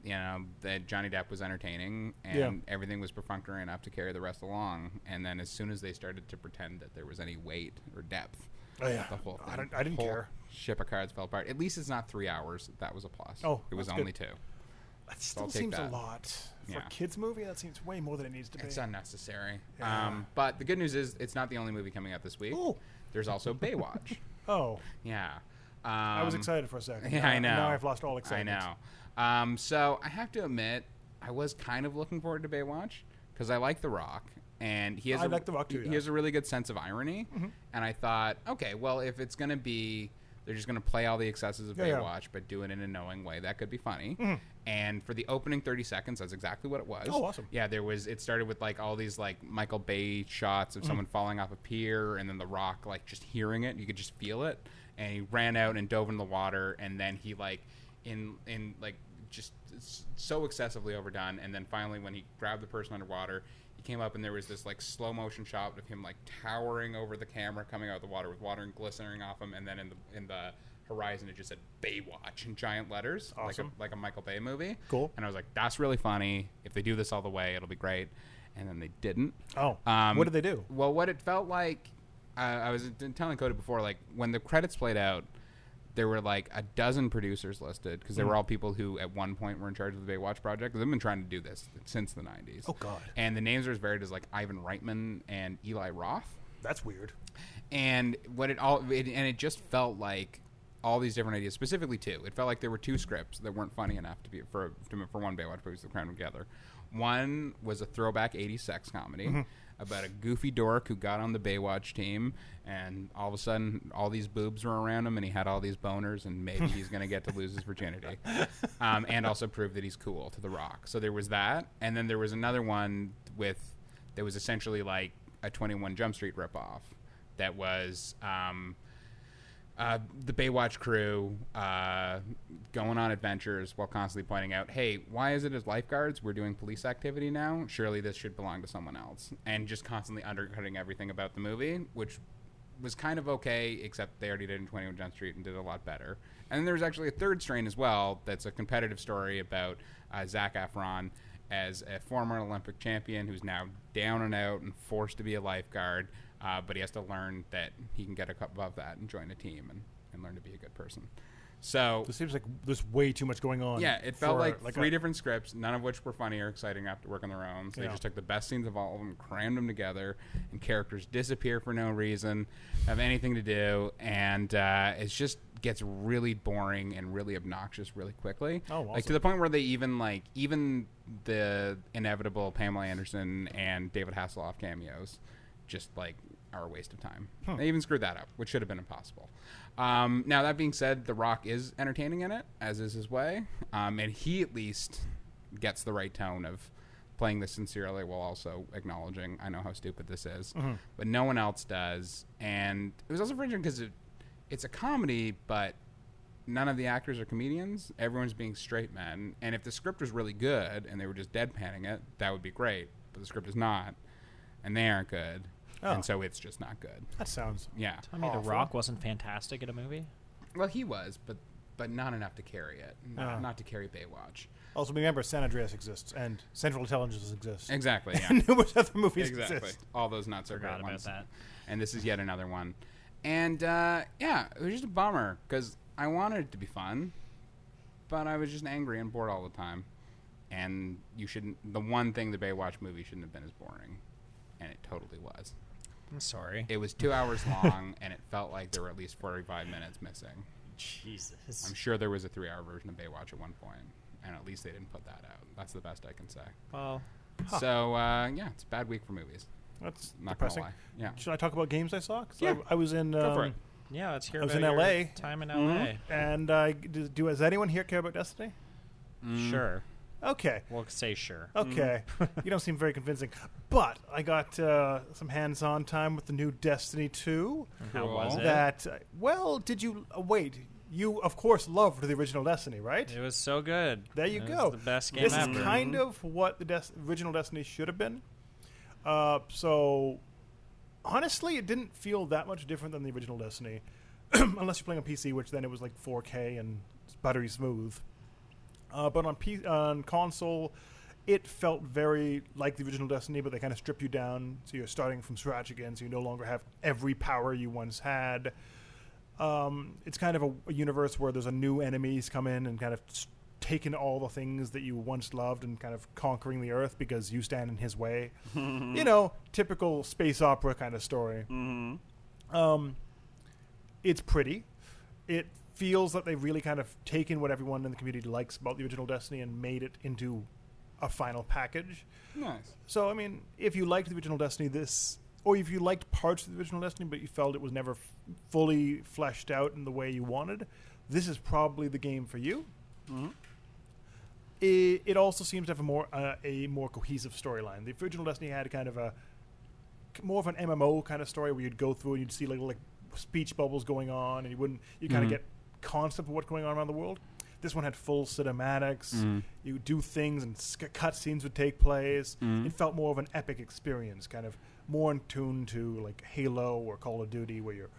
You know, that Johnny Depp was entertaining and Yeah. everything was perfunctory enough to carry the rest along. And then as soon as they started to pretend that there was any weight or depth, Oh, yeah. the whole I thing- don't- I didn't whole care. Ship of cards fell apart. At least it's not three hours. That was a plus. Oh, it was that's good. only two. That still I'll take seems that. a lot for Yeah. a kids movie. That seems way more than it needs to be. It's unnecessary. Yeah. Um, but the good news is it's not the only movie coming out this week. Ooh. There's also Baywatch. oh, yeah. Um, I was excited for a second. Yeah, Now- I know. Now I've lost all excitement. I know. Um, so I have to admit, I was kind of looking forward to Baywatch because I like The Rock, and he has I a, like The Rock too, He yeah. Mm-hmm. has a really good sense of irony, and I thought, okay, well, if it's gonna be, they're just gonna play all the excesses of Yeah, yeah. Baywatch, but do it in a knowing way. That could be funny. And for the opening thirty seconds, that's exactly what it was. Oh, awesome. Yeah, there was. It started with like all these like Michael Bay shots Mm. of someone falling off a pier, and then The Rock like just hearing it. You could just feel it, and he ran out and dove into the water, and then he like in in like just s- so excessively overdone, and then finally when he grabbed the person underwater, he came up and there was this like slow motion shot of him like towering over the camera, coming out of the water with water and glistening off him, and then in the in the horizon it just said Baywatch in giant letters, Awesome. like a, like a Michael Bay movie. Cool. And I was like, that's really funny. If they do this all the way, it'll be great. And then they didn't. Um, Oh, what did they do? Well, what it felt like, I I was t- telling Cody before, like when the credits played out, there were like a dozen producers listed because Mm. they were all people who at one point were in charge of the Baywatch project. They've been trying to do this since the 90s. Oh, God. And the names are as varied as like Ivan Reitman and Eli Roth That's weird. and what it all it, and it just felt like all these different ideas specifically two it felt like there were two scripts that weren't funny enough to be for to, for one baywatch movies the crown together one was a throwback 80s sex comedy about a goofy dork who got on the baywatch team and all of a sudden all these boobs were around him and he had all these boners and maybe he's going to get to lose his virginity um, and also prove that he's cool to the rock so there was that and then there was another one with that was essentially like a 21 jump street ripoff that was um, uh, the Baywatch crew uh, going on adventures while constantly pointing out, hey, why is it as lifeguards we're doing police activity now? Surely this should belong to someone else. And just constantly undercutting everything about the movie, which was kind of okay, except they already did in 21 Jump Street and did a lot better. And then there was actually a third strain as well that's a competitive story about uh, Zach Efron as a former Olympic champion who's now down and out and forced to be a lifeguard, uh, but he has to learn that he can get a cup above that and join a team and, and learn to be a good person. So This seems like there's way too much going on. yeah, it felt for, like, three a- different scripts, none of which were funny or exciting enough to work on their own. So Yeah. they just took the best scenes of all of them, crammed them together, and characters disappear for no reason, have anything to do, and uh, it just gets really boring and really obnoxious really quickly. Oh, Like awesome. to the point where they even like even the inevitable Pamela Anderson and David Hasselhoff cameos just like are a waste of time. They even screwed that up, which should have been impossible. Um, now that being said, The Rock is entertaining in it, as is his way, um, and he at least gets the right tone of playing this sincerely while also acknowledging I know how stupid this is, but no one else does. And it was also frustrating because it, it's a comedy, but none of the actors are comedians. Everyone's being straight men. And if the script was really good and they were just deadpanning it, that would be great. But the script is not, and they aren't good, Oh. and so it's just not good. That sounds. Yeah. I mean, Awful. The Rock wasn't fantastic at a movie. Well, he was, but but not enough to carry it. Not, Ah. not to carry Baywatch. Also, remember San Andreas exists and Central Intelligence exists. Exactly. Yeah. And numerous other movies exactly. exist. All those not so Forgot great about ones. that. And this is yet another one. And uh, yeah, it was just a bummer because I wanted it to be fun, but I was just angry and bored all the time. And you shouldn't. The one thing the Baywatch movie shouldn't have been is boring, and it totally was. I'm sorry. It was two hours long, and it felt like there were at least forty-five minutes missing. Jesus. I'm sure there was a three-hour version of Baywatch at one point, and at least they didn't put that out. That's the best I can say. Well, So uh, yeah, it's a bad week for movies. That's Not depressing. gonna lie. Yeah. Should I talk about games I saw? 'Cause Yeah. I, I was in. Um, for it. yeah, let's hear I was about in your LA. time in Mm-hmm. LA. And uh, do, do does anyone here care about Destiny? Mm-hmm. Sure. Okay. We'll say sure. Oh, Okay. Mm. you don't seem very convincing. But I got uh, some hands-on time with the new Destiny 2. How was Cool. it? That uh, well, did you uh, wait? You of course loved the original Destiny, right? It was so good. There you It was go. the best game this ever. is kind of what the Des- original Destiny should have been. Uh, so, honestly, it didn't feel that much different than the original Destiny, unless you're playing on PC, which then it was like 4K and buttery smooth. Uh, but on P- on console, it felt very like the original Destiny, but they kind of strip you down, so you're starting from scratch again. So you no longer have every power you once had. Um, it's kind of a, a universe where there's a new enemies come in and kind of s- taking all the things that you once loved and kind of conquering the earth because you stand in his way. you know, typical space opera kind of story. Um, it's pretty. It feels that they've really kind of taken what everyone in the community likes about the original Destiny and made it into a final package. Nice. So, I mean, if you liked the original Destiny, this, or if you liked parts of the original Destiny, but you felt it was never f- fully fleshed out in the way you wanted, this is probably the game for you. It, it also seems to have a more uh, a more cohesive storyline. The original Destiny had kind of a more of an MMO kind of story where you'd go through and you'd see like like speech bubbles going on, and you wouldn't you kind of get concept of what's going on around the world. This one had full cinematics. You do things, and sc- cutscenes would take place. It felt more of an epic experience, kind of more in tune to like Halo or Call of Duty, where you're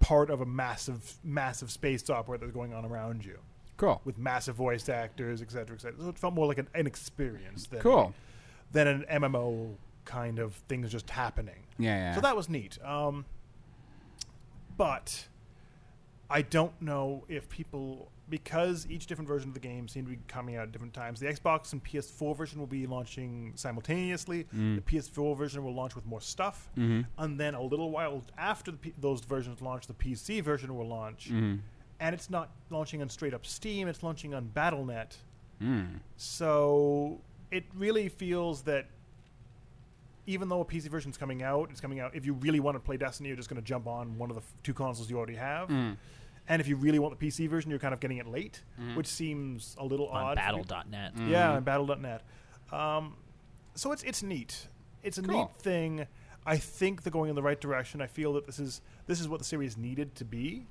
part of a massive, massive space opera that's going on around you Cool. with massive voiced actors, et cetera, et cetera. So it felt more like an, an experience than Cool. than an MMO kind of things just happening. Yeah, yeah. So that was neat. Um, but I don't know if people because each different version of the game seemed to be coming out at different times. The Xbox and PS4 version will be launching simultaneously. The PS4 version will launch with more stuff, and then a little while after the P- those versions launch, the PC version will launch. And it's not launching on straight up Steam; it's launching on BattleNet. So it really feels that even though a PC version's coming out, it's coming out. If you really want to play Destiny, you're just going to jump on one of the f- two consoles you already have. And if you really want the PC version, you're kind of getting it late, which seems a little on odd. Battle.net. Yeah, on Battle.net. Um, so it's it's neat. It's a Cool. neat thing. I think they're going in the right direction. I feel that this is this is what the series needed to be.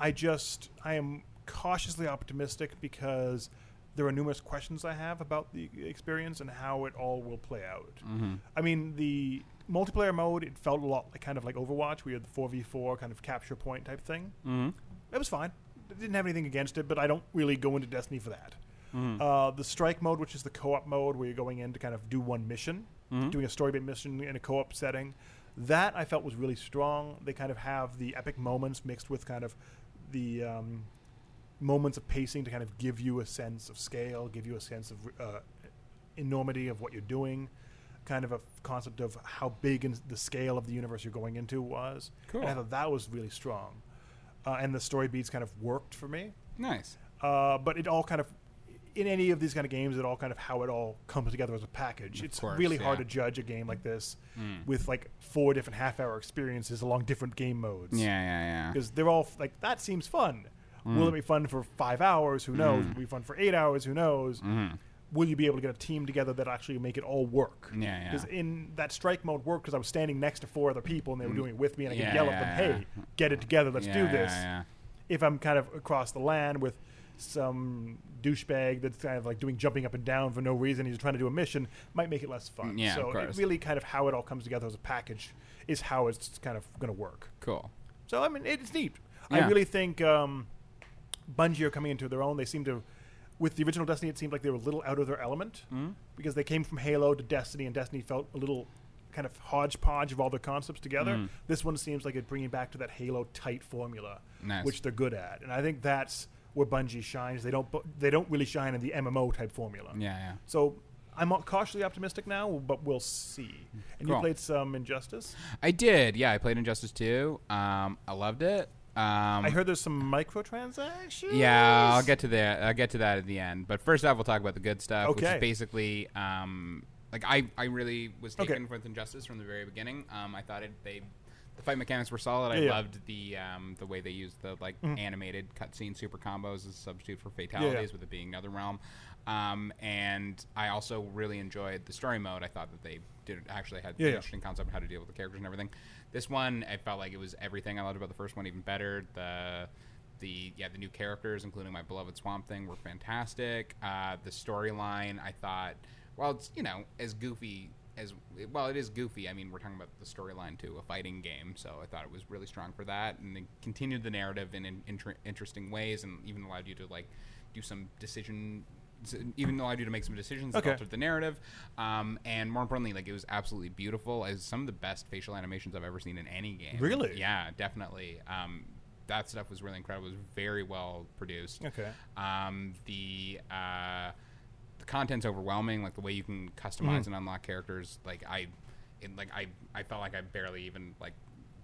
I just I am cautiously optimistic because there are numerous questions I have about the experience and how it all will play out. I mean, the multiplayer mode it felt a lot like kind of like Overwatch. We had the four v four kind of capture point type thing. Mm-hmm. It was fine. I didn't have anything against it, but I don't really go into Destiny for that. Uh, the strike mode, which is the co-op mode where you're going in to kind of do one mission, doing a story-based mission in a co-op setting, that I felt was really strong. They kind of have the epic moments mixed with kind of the um, moments of pacing to kind of give you a sense of scale, give you a sense of uh, enormity of what you're doing, kind of a f- concept of how big and the scale of the universe you're going into was. And I Cool. thought that was really strong. Uh, and the story beats kind of worked for me. nice. Uh, but it all kind of, in any of these kind of games, it all kind of how it all comes together as a package. it's course, really hard yeah. Mm. to judge a game like this with like four different half hour experiences along different game modes Yeah, Mm. yeah, yeah. because they're all f- like that seems fun. Will it be fun for five hours? Who Mm. knows? Will it be fun for eight hours? Who knows? Mm-hmm. Will you be able to get a team together that actually make it all work? Yeah, yeah. Because in that strike mode worked because I was standing next to four other people and they were doing it with me, and I Yeah, could yell Mm. yeah, at them, "Hey, get it together! Let's yeah, do this." Yeah, If I'm kind of across the land with some douchebag that's kind of like doing jumping up and down for no reason, he's trying to do a mission, might make it less fun. Mm, Yeah, of so it course. really kind of how it all comes together as a package is how it's kind of going to work. Cool. So I mean, it's neat. Yeah. I really think um, Bungie are coming into their own. They seem to, with the original Destiny, it seemed like they were a little out of their element Mm-hmm. because they came from Halo to Destiny, and Destiny felt a little kind of hodgepodge of all their concepts together. Mm. This one seems like it bringing back to that Halo tight formula, Nice. which they're good at, and I think that's where Bungie shines. They don't bu- they don't really shine in the MMO type formula. Yeah, yeah. So. I'm cautiously optimistic now, but we'll see. And Cool. you played some Injustice. I did. Yeah, I played Injustice 2. Um, I loved it. Um, I heard there's some microtransactions. Yeah, I'll get to that. I'll get to that at the end. But first off, we'll talk about the good stuff, which Okay. is basically um, like I, I really was Okay. taken with Injustice from the very beginning. Um, I thought it, they the fight mechanics were solid. I Yeah, Mm-hmm. yeah. loved the um, the way they used the like animated cutscene super combos as a substitute for fatalities, with it being another realm. Um, and I also really enjoyed the story mode. I thought that they did actually had Yeah, yeah. interesting concept of how to deal with the characters and everything. This one, I felt like it was everything I loved about the first one, even better. The the yeah, the new characters, including my beloved Swamp Thing, were fantastic. Uh, the storyline, I thought, well, it's you know as goofy as well, it is goofy. I mean, we're talking about the storyline to a fighting game, so I thought it was really strong for that, and it continued the narrative in, in inter- interesting ways, and even allowed you to like do some decision. Even allowed you to make some decisions that Okay. altered the narrative, um, and more importantly, like it was absolutely beautiful. As some of the best facial animations I've ever seen in any game. Really? Yeah, definitely. Um, that stuff was really incredible. It was very well produced. Okay. Um, the uh, the content's overwhelming. Like the way you can customize Mm. and unlock characters. Like I, it, like I, I felt like I barely even like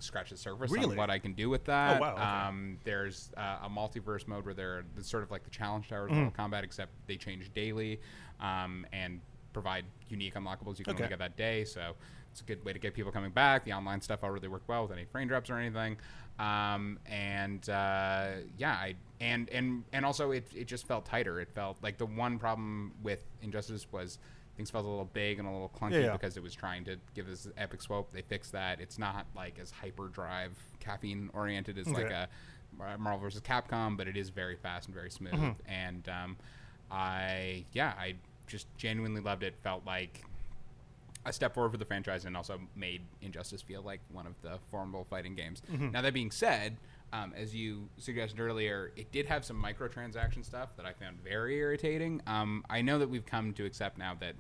scratched the surface Really? Oh, on what I can do with that. wow, okay. Um, there's uh, a multiverse mode where there are it's sort of like the challenge towers of Mortal Kombat, except they change daily, um, and provide unique unlockables you can Okay. only get that day. So it's a good way to get people coming back. The online stuff all really worked well with any frame drops or anything. Um, and uh, yeah, I and and and also it it just felt tighter. It felt like the one problem with Injustice was things felt a little big and a little clunky Yeah, yeah. because it was trying to give this epic swope. They fixed that. It's not like as hyperdrive caffeine oriented as like Okay. a Mar- Marvel vs. Capcom, but it is very fast and very smooth. Mm-hmm. And um, I, yeah, I just genuinely loved it. Felt like a step forward for the franchise and also made Injustice feel like one of the formidable fighting games. Now, that being said, um, as you suggested earlier, it did have some microtransaction stuff that I found very irritating. Um, I know that we've come to accept now that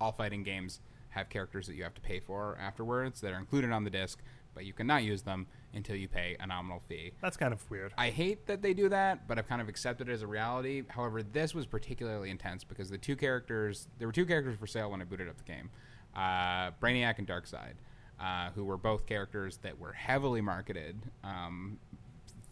all fighting games have characters that you have to pay for afterwards that are included on the disc, but you cannot use them until you pay a nominal fee. That's kind of weird. I hate that they do that, but I've kind of accepted it as a reality. However, this was particularly intense because the two characters, there were two characters for sale when I booted up the game uh, Brainiac and Darkseid, uh, who were both characters that were heavily marketed um,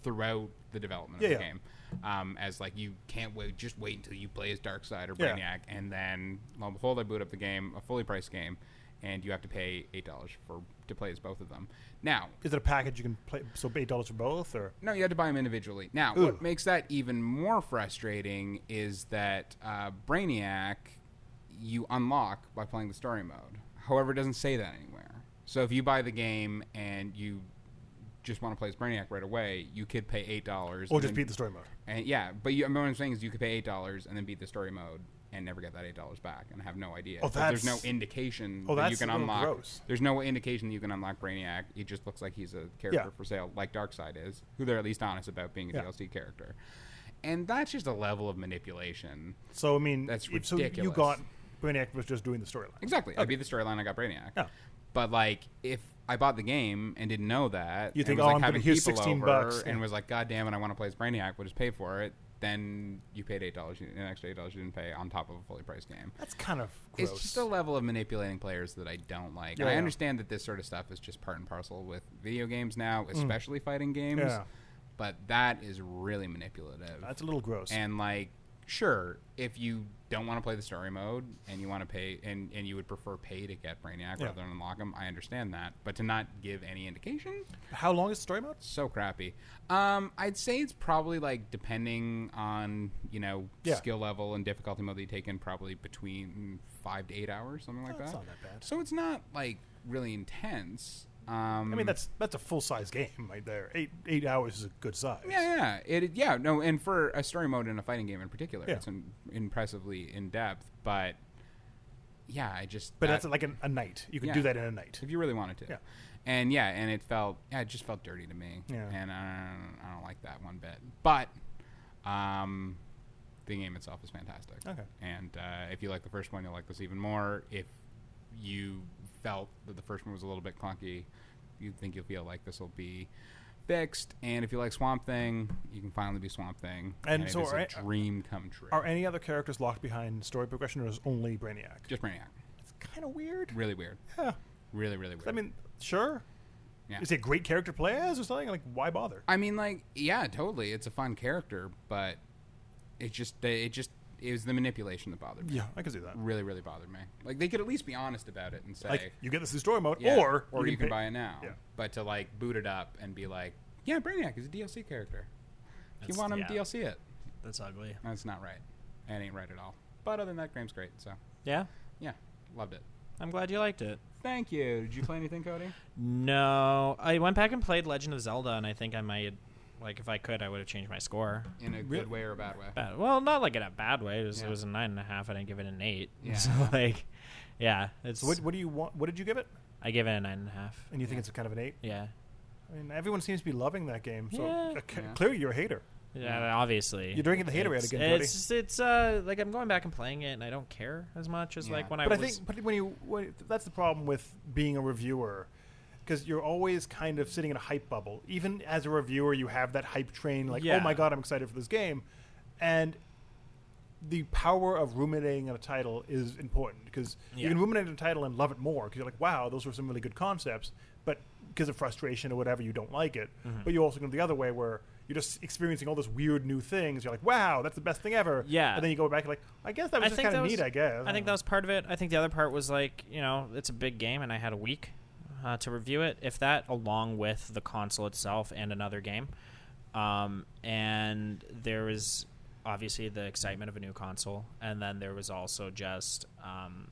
throughout the development of Yeah, the yeah. game. Um, as like you can't wait, just wait until you play as Darkseid or Yeah. Brainiac, and then lo and behold, I boot up the game, a fully priced game, and you have to pay eight dollars for to play as both of them. Now, Is it a package you can play? So eight dollars for both, or no, you had to buy them individually. Now, Ooh. what makes that even more frustrating is that uh, Brainiac you unlock by playing the story mode. However, it doesn't say that anywhere. So if you buy the game and you just want to play as Brainiac right away, you could pay eight dollars or just beat the story mode? And yeah, but you, I mean, what I'm saying is you could pay eight dollars and then beat the story mode and never get that eight dollars back and have no idea. Oh, But there's no that's- indication Oh, that you that's can a little unlock. gross. There's no indication that you can unlock Brainiac. He just looks like he's a character Yeah. for sale, like Darkseid is, who they're at least honest about being a Yeah. DLC character. And that's just a level of manipulation. So I mean, That's if- so you ridiculous. got Brainiac was just doing the storyline. Exactly. I beat the storyline. I got Brainiac. Yeah. But like, if I bought the game and didn't know that, You and think, was, "Oh, like, I'm gonna- having here's people 16 over bucks," and yeah. was like, "God damn it, I want to play as Brainiac. We'll just pay for it." Then you paid eight dollars, an extra eight dollars you didn't pay on top of a fully priced game. That's kind of gross. It's just a level of manipulating players that I don't like. And Yeah. I understand that this sort of stuff is just part and parcel with video games now, especially fighting games. Mm. Yeah. But that is really manipulative. That's a little gross. And like, sure, if you don't want to play the story mode and you want to pay and, and you would prefer pay to get Brainiac Yeah. rather than unlock him, I understand that. But to not give any indication, How long is the story mode? so crappy. Um, I'd say it's probably like depending on you know Yeah. skill level and difficulty mode that you take in, probably between five to eight hours, something like That's that. not that bad. So it's not like really intense. Um, I mean, that's that's a full size game right there. Eight eight hours is a good size. Yeah, yeah, it, yeah. No, and for a story mode in a fighting game in particular, Yeah. it's im- impressively in depth. But yeah, I just But that- that's like an, a night. You can Uh, do Yeah. that in a night. if you really wanted to. Yeah. And yeah, and it felt yeah, it just felt dirty to me. Yeah. And I don't, I don't like that one bit. But um, the game itself is fantastic. Okay. And uh, if you like the first one, you'll like this even more. If you felt that the first one was a little bit clunky, you think you'll feel like this will be fixed. And if you like Swamp Thing, you can finally be Swamp Thing. And it so is are a a- dream come true. Are any other characters locked behind story progression, or is only Brainiac? just Brainiac. It's kind of weird. Really weird. Yeah. Really, really weird. I mean, sure. Yeah. Is he a great character to play as or something? Like, why bother? I mean, like, yeah, totally. It's a fun character, but it just, it just, it was the manipulation that bothered me. Yeah, I can see that. Really, really bothered me. Like, they could at least be honest about it and say, Like, you get this in story mode, yeah, or or you can, pay- buy it now. Yeah. But to like boot it up and be like, yeah, Brainiac is a DLC character. If you That's- want him, yeah. DLC it. That's ugly. That's not right. That ain't right at all. But other than that, game's great. So, Yeah, yeah, loved it. I'm glad you liked it. Thank you. Did you play anything, Cody? No, I went back and played Legend of Zelda, and I think I might, like, if I could, I would have changed my score. In a Really? good way or a bad way? Bad. Well, not like in a bad way. It was, Yeah. it was a nine and a half. I didn't give it an eight. Yeah. So like, yeah, it's. So what, what do you want? What did you give it? I gave it a nine and a half. And you think Yeah. it's a kind of an eight? Yeah, I mean, everyone seems to be loving that game. So Yeah. uh, c- Yeah. clearly, you're a hater. yeah. Obviously, You're drinking the haterade It's- again, Cody. It's just- it's uh like I'm going back and playing it, and I don't care as much as Yeah. like when I but I, was. think, but when you, when, that's the problem with being a reviewer, because you're always kind of sitting in a hype bubble. Even as a reviewer, you have that hype train, like, oh Yeah. my god, I'm excited for this game, and the power of ruminating on a title is important because you Yeah. can ruminate on a title and love it more because you're like, wow, those were some really good concepts, but because of frustration or whatever, you don't like it. Mm-hmm. But you also go the other way where. You're just experiencing all this weird new things. You're like, "Wow, that's the best thing ever!" Yeah. and then you go back, you're like, "I guess that was just kind of that was- neat." I guess. I think that was part of it. I think the other part was like, you know, it's a big game, and I had a week uh, to review it. If that, along with the console itself and another game, um, and there was obviously the excitement of a new console, and then there was also just. Um,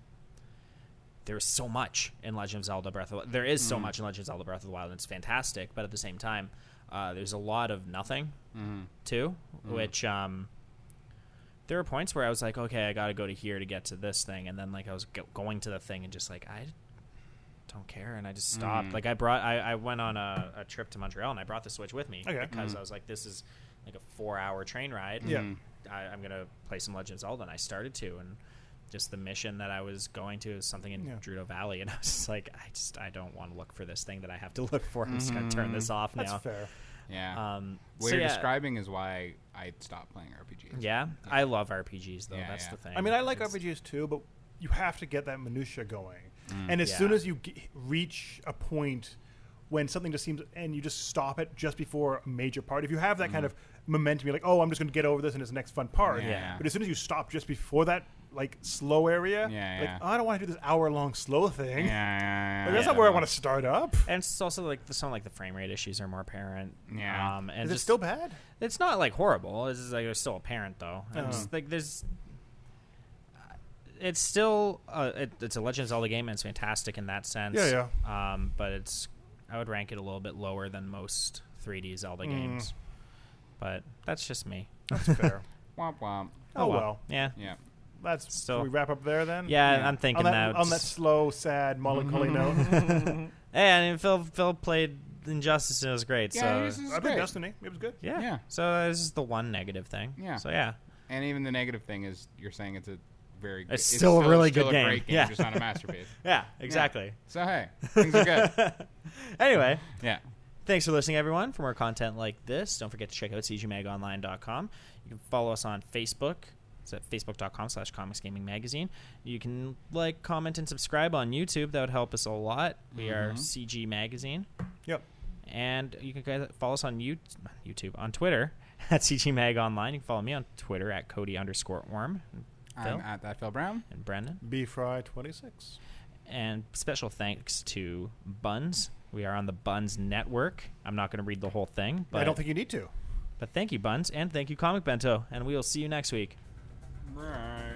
there is so Mm-hmm. much in Legend of Zelda Breath of the There is so much in Legend of Zelda Breath of the Wild, and it's fantastic. But at the same time, Uh, there's a lot of nothing too, Mm-hmm. which um, there were points where I was like, okay, I got to go to here to get to this thing, and then like I was go- going to the thing and just like I don't care, and I just stopped. Mm. Like I brought, I, I went on a, a trip to Montreal and I brought the Switch with me Okay. Mm. because I was like, this is like a four-hour train ride. Yeah. Mhm. I, I'm gonna play some Legend of Zelda, and I started to, and just the mission that I was going to is something in Yeah. Drudo Valley, and I was just like, I just I don't want to look for this thing that I have to look for. I'm just gonna turn this off Mm-hmm. That's now. fair. Yeah. Um, what so you're yeah, describing is why I stopped playing RPGs. yeah, I love RPGs though. Yeah, That's yeah. the thing. I mean, I like It's- RPGs too, but you have to get that minutia going. Mm. and as soon Yeah. as you g- reach a point when something just seems, and you just stop it just before a major part, if you have that kind of momentum, you're like, oh, I'm just going to get over this and it's the next fun part. Mm. Yeah. But as soon as you stop just before that, like slow area, Yeah, like yeah. "Oh, I don't want to do this hour long slow thing. Yeah, yeah, yeah, Like, that's not yeah. where I want to start up. And it's also like the- some like the frame rate issues are more apparent. Yeah. Um, and Is it just- still bad? It's not like horrible. It's just, like it's still apparent though. And Oh. just, like there's, it's still uh, it, it's a Legend of Zelda game and it's fantastic in that sense. Yeah, yeah. Um, but it's I would rank it a little bit lower than most 3D Zelda games. But that's just me. That's fair. Womp womp. oh, well. Yeah. Yeah. That's So- so. We wrap up there then. Yeah, Yeah. I'm On thinking that, now. on that just- slow, sad, melancholy note. hey, I mean, Phil Phil played Injustice and it was great. yeah, so this is I great. think Destiny. It was good. yeah. Yeah. So this is the one negative thing. Yeah. So yeah. And even the negative thing is you're saying it's a very good, still a really still good a game. Great game Yeah. just not a masterpiece. Yeah. Exactly. So hey, things are good. Anyway. Yeah. Thanks for listening, everyone. For more content like this, don't forget to check out cgmagonline.com. You can follow us on Facebook. It's at facebook.com slash comics gaming magazine. You can like, comment, and subscribe on YouTube. That would help us a lot. We are Mm-hmm. CG Magazine. Yep. And you can guys- follow us on you- YouTube, on Twitter at CG Mag Online. You can follow me on Twitter at Cody underscore Orm. And I'm Phil at that Phil Brown. and Brendan. B Fry 26. And special thanks to Buns. We are on the Buns Network. I'm not going to read the whole thing, but I don't think you need to. But thank you, Buns, and thank you, Comic Bento, and we will see you next week. Right.